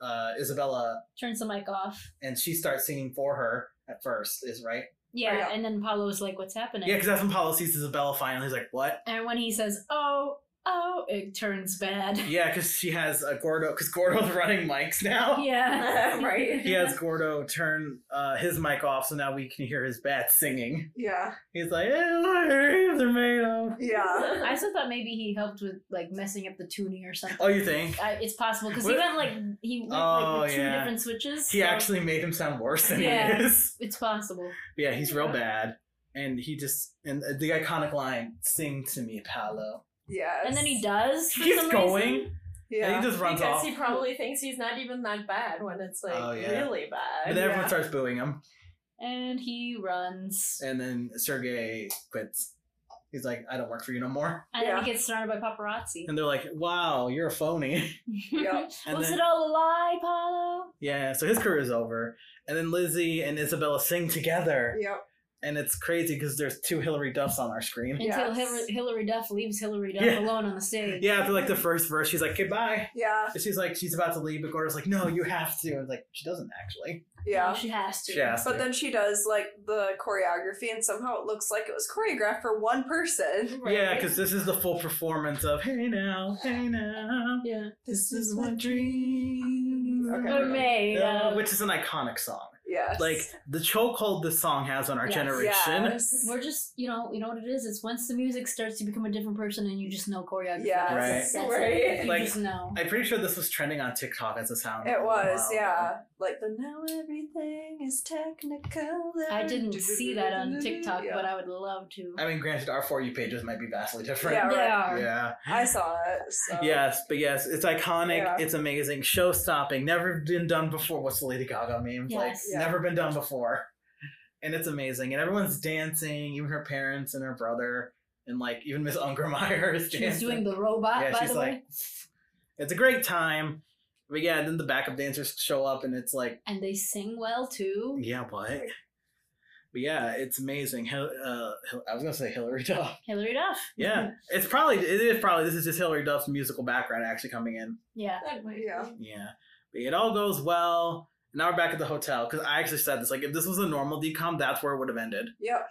Speaker 1: uh, Isabella
Speaker 3: Turns the mic off.
Speaker 1: and she starts singing for her at first, is right?
Speaker 3: Yeah,
Speaker 2: Yeah.
Speaker 3: and then Paolo's like, "What's happening?"
Speaker 1: Yeah, because that's when Paolo sees Isabella finally. He's like, "What?"
Speaker 3: and when he says, "Oh, oh," it turns bad.
Speaker 1: Yeah, because she has a Gordo. Because Gordo's running mics now.
Speaker 3: yeah,
Speaker 4: Right.
Speaker 1: He has Gordo turn uh, his mic off, so now we can hear his bat singing.
Speaker 2: yeah,
Speaker 1: He's like, "Eh, what dreams are made of."
Speaker 2: yeah.
Speaker 3: I also thought maybe he helped with like messing up the tuning or something.
Speaker 1: Oh, you think?
Speaker 3: I, it's possible because he
Speaker 1: What-
Speaker 3: went like he went
Speaker 1: Oh,
Speaker 3: like with two
Speaker 1: yeah.
Speaker 3: different switches.
Speaker 1: He
Speaker 3: so
Speaker 1: actually made him sound worse than
Speaker 3: Yeah.
Speaker 1: he is.
Speaker 3: it's possible.
Speaker 1: Yeah, he's real bad. And he just, and the iconic line, sing to me, Paolo.
Speaker 2: Yes.
Speaker 3: And then he does. For
Speaker 1: He's
Speaker 3: some
Speaker 1: going,
Speaker 3: reason.
Speaker 1: and
Speaker 2: Yeah.
Speaker 1: he just runs
Speaker 4: because
Speaker 1: off.
Speaker 4: he probably thinks he's not even that bad when it's like
Speaker 1: Oh, yeah.
Speaker 4: really
Speaker 1: but
Speaker 4: bad.
Speaker 1: then everyone
Speaker 2: yeah.
Speaker 1: starts booing him.
Speaker 3: and he runs,
Speaker 1: And then Sergey quits. He's like, I don't work for you no more.
Speaker 3: and then
Speaker 2: Yeah.
Speaker 3: he gets surrounded by paparazzi.
Speaker 1: And they're like, wow, you're a phony.
Speaker 2: Yeah.
Speaker 1: And
Speaker 3: Was
Speaker 1: then-
Speaker 3: it all a lie, Paolo?
Speaker 1: yeah, so his career is over. And then Lizzie and Isabella sing together.
Speaker 2: Yep.
Speaker 1: And it's crazy because there's two Hillary Duffs on our screen.
Speaker 3: Until
Speaker 2: Yes.
Speaker 3: Hillary, Hillary Duff leaves Hillary Duff
Speaker 1: Yeah.
Speaker 3: alone on the stage.
Speaker 1: Yeah, after like the first verse, she's like, goodbye.
Speaker 2: Yeah.
Speaker 1: And she's like, she's about to leave, but Gordon's like, no, you have to. And like, she doesn't actually.
Speaker 2: Yeah.
Speaker 3: she has to.
Speaker 1: She has
Speaker 2: But
Speaker 1: to.
Speaker 2: then she does like the choreography, and somehow it looks like it was choreographed for one person.
Speaker 1: Yeah, because this is the full performance of "Hey now, hey now,
Speaker 3: Yeah.
Speaker 1: this is my dream."
Speaker 2: Okay.
Speaker 3: Or May.
Speaker 1: Yeah,
Speaker 3: uh,
Speaker 1: which is an iconic song.
Speaker 2: Yes.
Speaker 1: Like the chokehold this song has on our
Speaker 3: Yes.
Speaker 1: generation.
Speaker 2: Yes.
Speaker 3: we're just, you know, you know what it is. It's once the music starts, you become a different person, and you just know choreography.
Speaker 2: Yes.
Speaker 3: That's it.
Speaker 4: Right.
Speaker 3: You
Speaker 1: Like-
Speaker 3: just know.
Speaker 1: I'm pretty sure this was trending on TikTok as a sound.
Speaker 2: It
Speaker 1: for a
Speaker 2: was,
Speaker 1: while.
Speaker 2: yeah. Like the now everything is technical.
Speaker 3: I didn't see that on TikTok,
Speaker 2: yeah.
Speaker 3: but I would love to.
Speaker 1: I mean, granted, our for you pages might be vastly different.
Speaker 2: Yeah,
Speaker 3: they
Speaker 2: right.
Speaker 3: are.
Speaker 1: Yeah.
Speaker 2: I saw it. So.
Speaker 1: Yes, but yes, it's iconic.
Speaker 2: Yeah.
Speaker 1: It's amazing. Show stopping. Never been done before. What's the Lady Gaga meme? Like
Speaker 3: Yes.
Speaker 2: Yeah.
Speaker 1: never been done before. And it's amazing. And everyone's dancing, even her parents and her brother, and like even Miss Ungermeyer is dancing.
Speaker 3: She's doing the robot,
Speaker 1: yeah,
Speaker 3: by
Speaker 1: she's
Speaker 3: the
Speaker 1: like
Speaker 3: way,
Speaker 1: it's a great time. But yeah, then the backup dancers show up and it's like,
Speaker 3: and they sing well too.
Speaker 1: yeah, what? But yeah, it's amazing. Hil- uh, Hil- I was gonna say Hillary Duff.
Speaker 3: Hillary Duff.
Speaker 1: Yeah, it's probably it is probably this is just Hillary Duff's musical background actually coming in.
Speaker 3: Yeah.
Speaker 4: That might
Speaker 2: Yeah.
Speaker 4: be.
Speaker 1: Yeah, but it all goes well. Now we're back at the hotel because I actually said this. Like, if this was a normal decom, that's where it would have ended.
Speaker 2: Yep.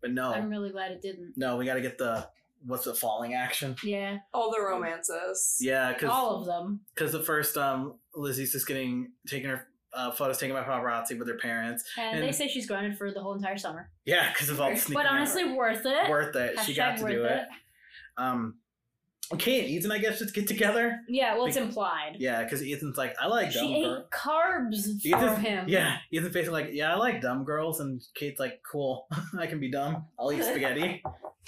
Speaker 1: But no,
Speaker 3: I'm really glad it didn't.
Speaker 1: no, we got to get the what's the falling action.
Speaker 3: Yeah.
Speaker 2: All the romances.
Speaker 1: Yeah, because
Speaker 3: All of them.
Speaker 1: the first um Lizzie's just getting taken her uh, photos taken by paparazzi with her parents.
Speaker 3: And, they
Speaker 1: And-
Speaker 3: say she's grounded for the whole entire summer.
Speaker 1: Yeah, because of all the sneaking.
Speaker 3: But
Speaker 1: out.
Speaker 3: honestly, worth it.
Speaker 1: worth it. she got
Speaker 3: Hashtag
Speaker 1: to
Speaker 3: worth
Speaker 1: do it. Um, okay, and Ethan, I guess just get together.
Speaker 3: Yeah, well, it's
Speaker 1: Like-
Speaker 3: implied.
Speaker 1: Yeah, because Ethan's like, I like dumb
Speaker 3: she ate
Speaker 1: girls.
Speaker 3: carbs
Speaker 1: You
Speaker 3: for
Speaker 1: just-
Speaker 3: him.
Speaker 1: Yeah, Ethan's basically like, yeah, I like dumb girls, and Kate's like, cool, I can be dumb. I'll eat spaghetti.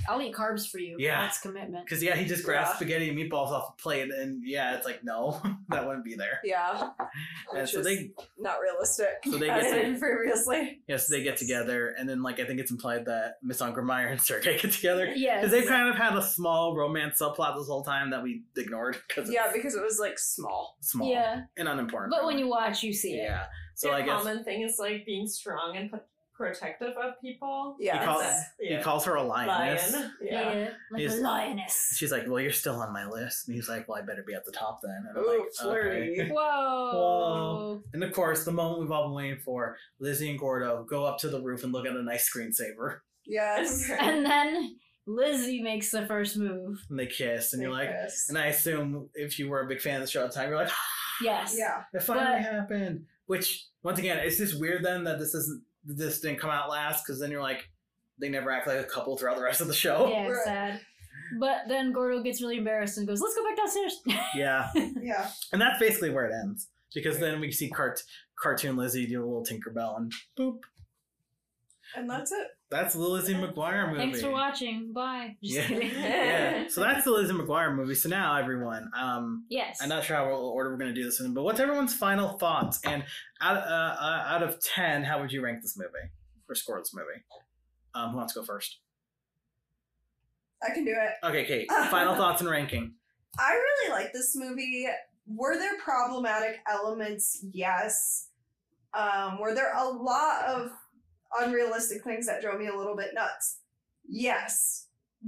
Speaker 3: I'll eat carbs for you.
Speaker 1: Yeah.
Speaker 3: That's commitment.
Speaker 1: Because yeah, he just grabs
Speaker 2: Yeah.
Speaker 1: spaghetti and meatballs off a plate, and yeah, it's like no, that wouldn't be there.
Speaker 2: Yeah.
Speaker 1: And
Speaker 2: Which
Speaker 1: so
Speaker 2: is
Speaker 1: they
Speaker 2: not realistic.
Speaker 1: so they
Speaker 2: as
Speaker 1: get to,
Speaker 2: in previously.
Speaker 1: yes they get together, and then like I think it's implied that Miss Ungermeyer and Sergei get together
Speaker 3: Yes.
Speaker 1: because they've kind of had a small romance subplot this whole time that we ignored because
Speaker 2: Yeah, because it was like small.
Speaker 1: it's small
Speaker 3: Yeah.
Speaker 1: and unimportant.
Speaker 3: But when you watch, you see it.
Speaker 1: yeah, so
Speaker 4: Their
Speaker 1: I guess
Speaker 4: common thing is like being strong and pro- protective of people.
Speaker 2: Yeah.
Speaker 1: he calls
Speaker 4: That's-
Speaker 1: he
Speaker 4: yeah.
Speaker 1: calls her a
Speaker 4: lion.
Speaker 1: lioness.
Speaker 4: Yeah.
Speaker 3: Like
Speaker 1: Yes.
Speaker 3: a lioness.
Speaker 1: She's like, well, you're still on my list, and he's like, well, I better be at the top then. And I'm
Speaker 2: Ooh,
Speaker 1: like, okay.
Speaker 2: flirty.
Speaker 3: Whoa.
Speaker 1: Whoa. And of course, the moment we've all been waiting for, Lizzie and Gordo go up to the roof and look at a nice screensaver.
Speaker 2: Yes.
Speaker 3: And then Lizzie makes the first move.
Speaker 1: And they kiss, and you're like,
Speaker 2: Yes.
Speaker 1: and I assume if you were a big fan of the show at the time, you're like,
Speaker 3: Yes.
Speaker 2: Yeah.
Speaker 1: it finally
Speaker 3: But-
Speaker 1: happened. Which, once again, it's just weird then that this isn't, this didn't come out last, because then you're like, they never act like a couple throughout the rest of the show.
Speaker 3: Yeah, it's
Speaker 2: Right.
Speaker 3: sad. But then Gordo gets really embarrassed and goes, "Let's go back downstairs."
Speaker 1: Yeah.
Speaker 2: Yeah.
Speaker 1: And that's basically where it ends, because then we see cart- cartoon Lizzie do a little Tinkerbell, and boop.
Speaker 2: And that's it.
Speaker 1: That's the Lizzie McGuire movie.
Speaker 3: Thanks for watching. Bye. Just
Speaker 1: Yeah.
Speaker 3: kidding.
Speaker 1: Yeah. So that's the Lizzie McGuire movie. So now, everyone, um,
Speaker 3: Yes.
Speaker 1: I'm not sure how what order we're going to do this in, but what's everyone's final thoughts? And out, uh, uh, out of 10, how would you rank this movie or score this movie? Um, who wants to go first?
Speaker 2: I can do it.
Speaker 1: Okay, Kate, final thoughts and ranking.
Speaker 2: I really like this movie. Were there problematic elements? Yes. Um, were there a lot of unrealistic things that drove me a little bit nuts? Yes.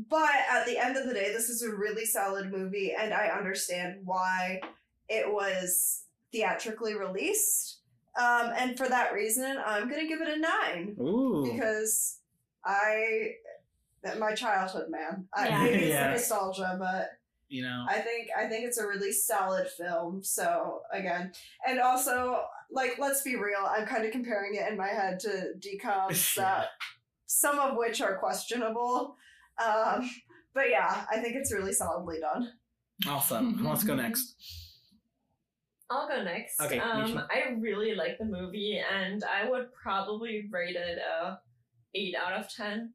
Speaker 2: But at the end of the day, this is a really solid movie, and I understand why it was theatrically released. Um, and for that reason, I'm going to give it a nine
Speaker 1: Ooh.
Speaker 2: because I, that my childhood man, I,
Speaker 3: Yeah.
Speaker 2: maybe it's
Speaker 1: Yeah.
Speaker 2: nostalgia, but
Speaker 1: You know,
Speaker 2: I think I think it's a really solid film. So again, and also like let's be real, I'm kind of comparing it in my head to decoms
Speaker 1: Yeah.
Speaker 2: that some of which are questionable. Um, but yeah, I think it's really solidly done.
Speaker 1: awesome. Who wants to go next?
Speaker 4: I'll go next.
Speaker 1: Okay,
Speaker 4: Um,
Speaker 1: Misha.
Speaker 4: I really like the movie, and I would probably rate it a eight out of ten.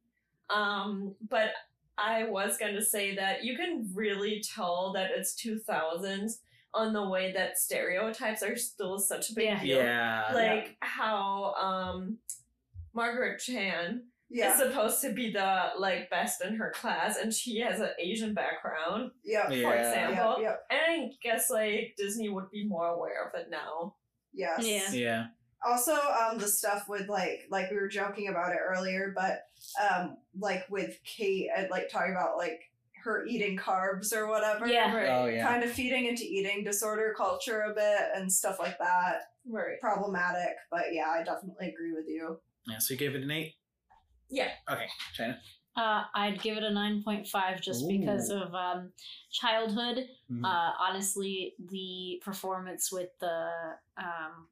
Speaker 4: Um, but I was gonna say that you can really tell that it's two thousands on the way that stereotypes are still such a big
Speaker 3: Yeah.
Speaker 4: deal.
Speaker 1: Yeah.
Speaker 4: Like how um, Margaret Chan is
Speaker 2: Yeah,
Speaker 4: supposed to be the like best in her class, and she has an Asian background,
Speaker 2: yeah,
Speaker 1: Yeah.
Speaker 4: for example.
Speaker 2: yeah, yeah.
Speaker 4: And I guess like Disney would be more aware of it now.
Speaker 2: Yes.
Speaker 3: Yeah.
Speaker 1: Yeah.
Speaker 2: Also, um, the stuff with like like we were joking about it earlier, but um, like with Kate and like talking about like her eating carbs or whatever.
Speaker 3: Yeah.
Speaker 4: Right.
Speaker 1: Oh, yeah.
Speaker 2: Kind of feeding into eating disorder culture a bit and stuff like that.
Speaker 4: Right.
Speaker 2: problematic, but yeah, I definitely agree with you.
Speaker 1: Yeah. So you gave it an eight?
Speaker 4: Yeah.
Speaker 1: Okay, China.
Speaker 3: Uh, I'd give it a 9.5 just
Speaker 1: Ooh.
Speaker 3: because of um, childhood.
Speaker 1: Mhm.
Speaker 3: Uh, honestly, the performance with the um,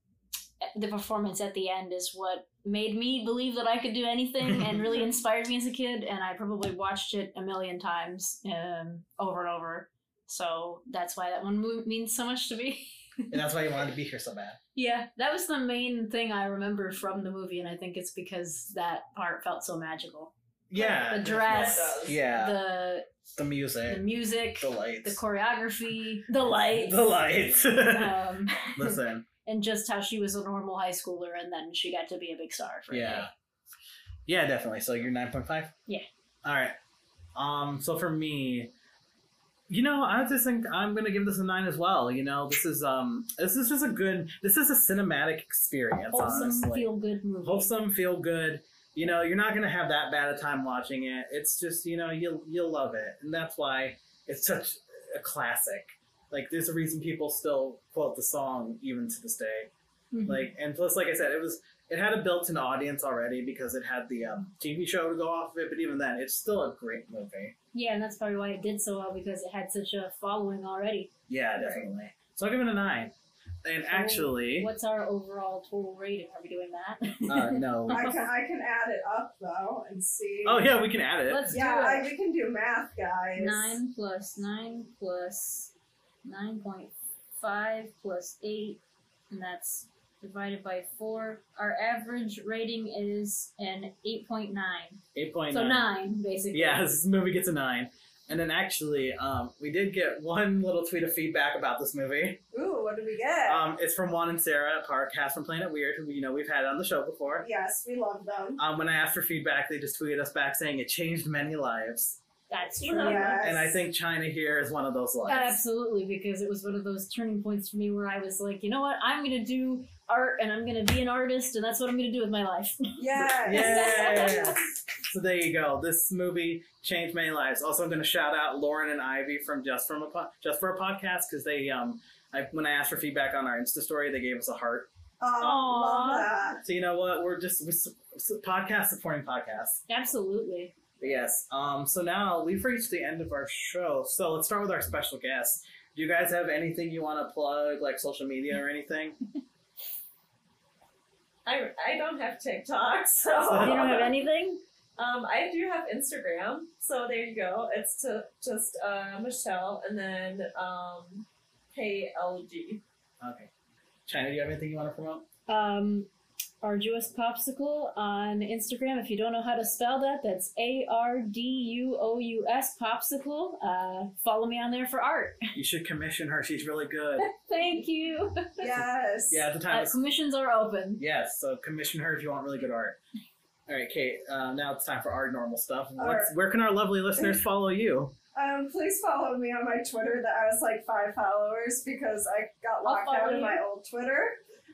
Speaker 3: the performance at the end is what made me believe that I could do anything and really inspired me as a kid. And I probably watched it a million times um, over and over. So that's why that one mo- means so much to me.
Speaker 1: and that's why you wanted to be here so bad.
Speaker 3: yeah, that was the main thing I remember from the movie, and I think it's because that part felt so magical.
Speaker 1: Yeah.
Speaker 3: The dress,
Speaker 1: Yeah.
Speaker 3: the
Speaker 1: The,
Speaker 3: the
Speaker 1: music.
Speaker 3: music,
Speaker 1: The
Speaker 3: the,
Speaker 1: lights.
Speaker 3: choreography, the lights,
Speaker 1: The lights.
Speaker 3: um,
Speaker 1: Listen.
Speaker 3: and just how she was a normal high schooler and then she got to be a big star for a
Speaker 1: Yeah.
Speaker 3: day.
Speaker 1: Yeah, definitely. So you're nine point five.
Speaker 3: Yeah.
Speaker 1: All right. Um. So for me, you know, I just think I'm gonna give this a nine as well. You know, this is um, this is just a good. This is a cinematic experience.
Speaker 3: Wholesome,
Speaker 1: honestly.
Speaker 3: feel good movie.
Speaker 1: wholesome, feel good. You know, you're not gonna have that bad a time watching it. It's just you know you'll you'll love it, and that's why it's such a classic. Like there's a reason people still quote the song even to this day
Speaker 3: Mhm.
Speaker 1: like and plus like i said it was it had a built-in audience already because it had the um, tv show to go off of it but even then it's still a great movie
Speaker 3: yeah, and that's probably why it did so well because it had such a following already.
Speaker 1: yeah definitely so i'll give it a nine and
Speaker 3: So,
Speaker 1: actually
Speaker 3: What's our overall total rating? Are we doing that?
Speaker 1: uh, no
Speaker 2: I can I can add it up though and see.
Speaker 1: oh yeah we can add it
Speaker 3: Let's
Speaker 2: yeah, I,
Speaker 3: do it.
Speaker 2: we can do math, guys.
Speaker 3: Nine plus nine plus nine point five plus eight, and that's divided by four. Our average rating is an 8.9.
Speaker 1: Eight point
Speaker 3: So
Speaker 1: nine.
Speaker 3: nine, basically.
Speaker 1: Yeah, this movie gets a nine. And then actually, um, we did get one little tweet of feedback about this movie.
Speaker 2: Ooh, what did we get?
Speaker 1: Um, it's from Juan and Sarah at Park, cast from Planet Weird, who you know we've had on the show before.
Speaker 2: yes, we love them.
Speaker 1: Um, when I asked for feedback, they just tweeted us back saying it changed many lives,
Speaker 3: That's
Speaker 5: Yeah.
Speaker 3: true.
Speaker 2: Yes.
Speaker 1: and I think China here is one of those lives.
Speaker 3: Absolutely, because it was one of those turning points for me where I was like, you know what? I'm going to do art and I'm going to be an artist and that's what I'm going to do with my life.
Speaker 2: Yes.
Speaker 1: Yeah. So there you go. This movie changed many lives. Also, I'm going to shout out Lauren and Ivy from Just from a po- Just for a podcast because they, um, I, when I asked for feedback on our Insta story, they gave us a heart.
Speaker 2: Oh,
Speaker 3: Aw.
Speaker 2: love that.
Speaker 1: So you know what? We're just we're, su- su- podcast supporting podcasts.
Speaker 3: Absolutely.
Speaker 1: But yes. Um. So now we've reached the end of our show. So let's start with our special guest. Do you guys have anything you want to plug, like social media or anything?
Speaker 5: I, I don't have TikTok, so
Speaker 3: You don't
Speaker 1: Uh-huh.
Speaker 3: have anything?
Speaker 5: um, I do have Instagram. So there you go. It's to just uh, Michelle and then um, KLG.
Speaker 1: Okay. China, do you have anything you want to promote?
Speaker 3: Um, Arduous Popsicle on Instagram. If you don't know how to spell that, that's A R D U O U S Popsicle. Uh, follow me on there for art.
Speaker 1: You should commission her. She's really good.
Speaker 3: Thank you.
Speaker 2: Yes.
Speaker 1: Yeah. At the time.
Speaker 3: Uh,
Speaker 1: it's-
Speaker 3: commissions are open.
Speaker 1: Yes. So commission her if you want really good art. All right, Kate. Uh, now it's time for our normal stuff. What's,
Speaker 2: right.
Speaker 1: Where can our lovely listeners follow you?
Speaker 2: Um, please follow me on my Twitter. That I was like five followers because I got locked
Speaker 5: follow
Speaker 2: out of
Speaker 5: you.
Speaker 2: my old Twitter.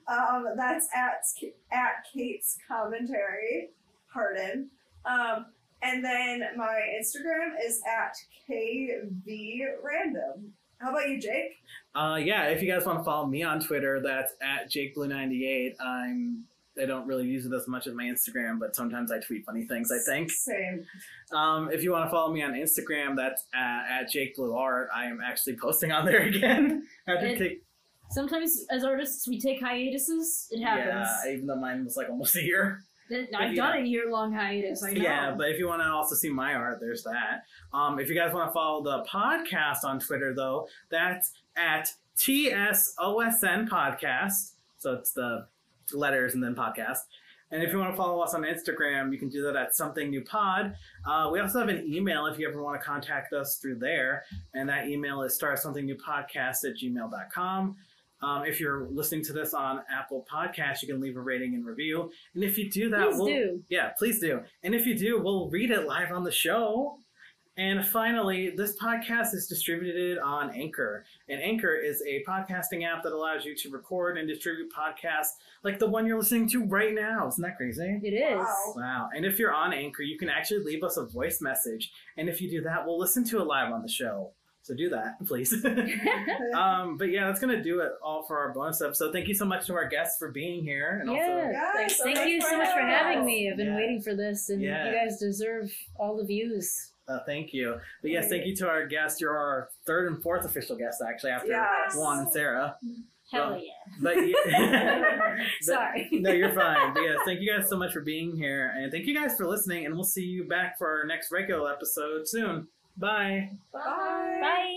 Speaker 2: Um, that's at at Kate's commentary. Pardon. Um, and then my Instagram is at kvrandom. How about you, Jake?
Speaker 1: Uh, yeah, if you guys want to follow me on Twitter, that's at JakeBlue98. I'm I don't really use it as much as my Instagram, but sometimes I tweet funny things. I think.
Speaker 2: Same.
Speaker 1: Um, if you want to follow me on Instagram, that's uh, at JakeBlueArt. I am actually posting on there again. After
Speaker 3: It
Speaker 1: take,
Speaker 3: Sometimes, as artists, we take hiatuses. It happens.
Speaker 1: yeah, even though mine was like almost a year.
Speaker 3: Then-
Speaker 1: But
Speaker 3: I've
Speaker 1: yeah.
Speaker 3: done a year long hiatus. I know.
Speaker 1: Yeah, but if you want to also see my art, there's that. Um, if you guys want to follow the podcast on Twitter, though, that's at TSOSN Podcast. So it's the letters and then podcast. And if you want to follow us on Instagram, you can do that at Something New Pod. Uh, we also have an email if you ever want to contact us through there. And that email is startsomethingNewPodcast at gmail.com. Um, if you're listening to this on Apple Podcasts, you can leave a rating and review. And if you do that,
Speaker 3: Please
Speaker 1: we'll,
Speaker 3: do.
Speaker 1: yeah, please do. And if you do, we'll read it live on the show. And finally, this podcast is distributed on Anchor. And Anchor is a podcasting app that allows you to record and distribute podcasts like the one you're listening to right now. Isn't that crazy?
Speaker 3: It is.
Speaker 2: Wow.
Speaker 1: Wow. And if you're on Anchor, you can actually leave us a voice message. And if you do that, we'll listen to it live on the show. So do that, please. um, but yeah, that's going to do it all for our bonus episode. Thank you so much to our guests for being here. And also,
Speaker 3: Yeah.
Speaker 2: Guys,
Speaker 5: Thanks.
Speaker 3: Thank
Speaker 5: much
Speaker 3: you
Speaker 5: for
Speaker 3: so much for
Speaker 5: having
Speaker 3: having
Speaker 5: us.
Speaker 3: me. I've been
Speaker 1: Yeah.
Speaker 3: waiting for this, and
Speaker 1: Yeah.
Speaker 3: you guys deserve all the views.
Speaker 1: Uh, thank you. But yes, thank you to our guest. You're our third and fourth official guest, actually, after
Speaker 2: Yes.
Speaker 1: Juan and Sarah.
Speaker 3: Hell
Speaker 1: Well,
Speaker 3: yeah.
Speaker 1: But you-
Speaker 3: Sorry.
Speaker 1: no, you're fine. But yes, thank you guys so much for being here, and thank you guys for listening. And we'll see you back for our next regular episode soon. Bye.
Speaker 5: Bye.
Speaker 2: Bye.
Speaker 3: Bye.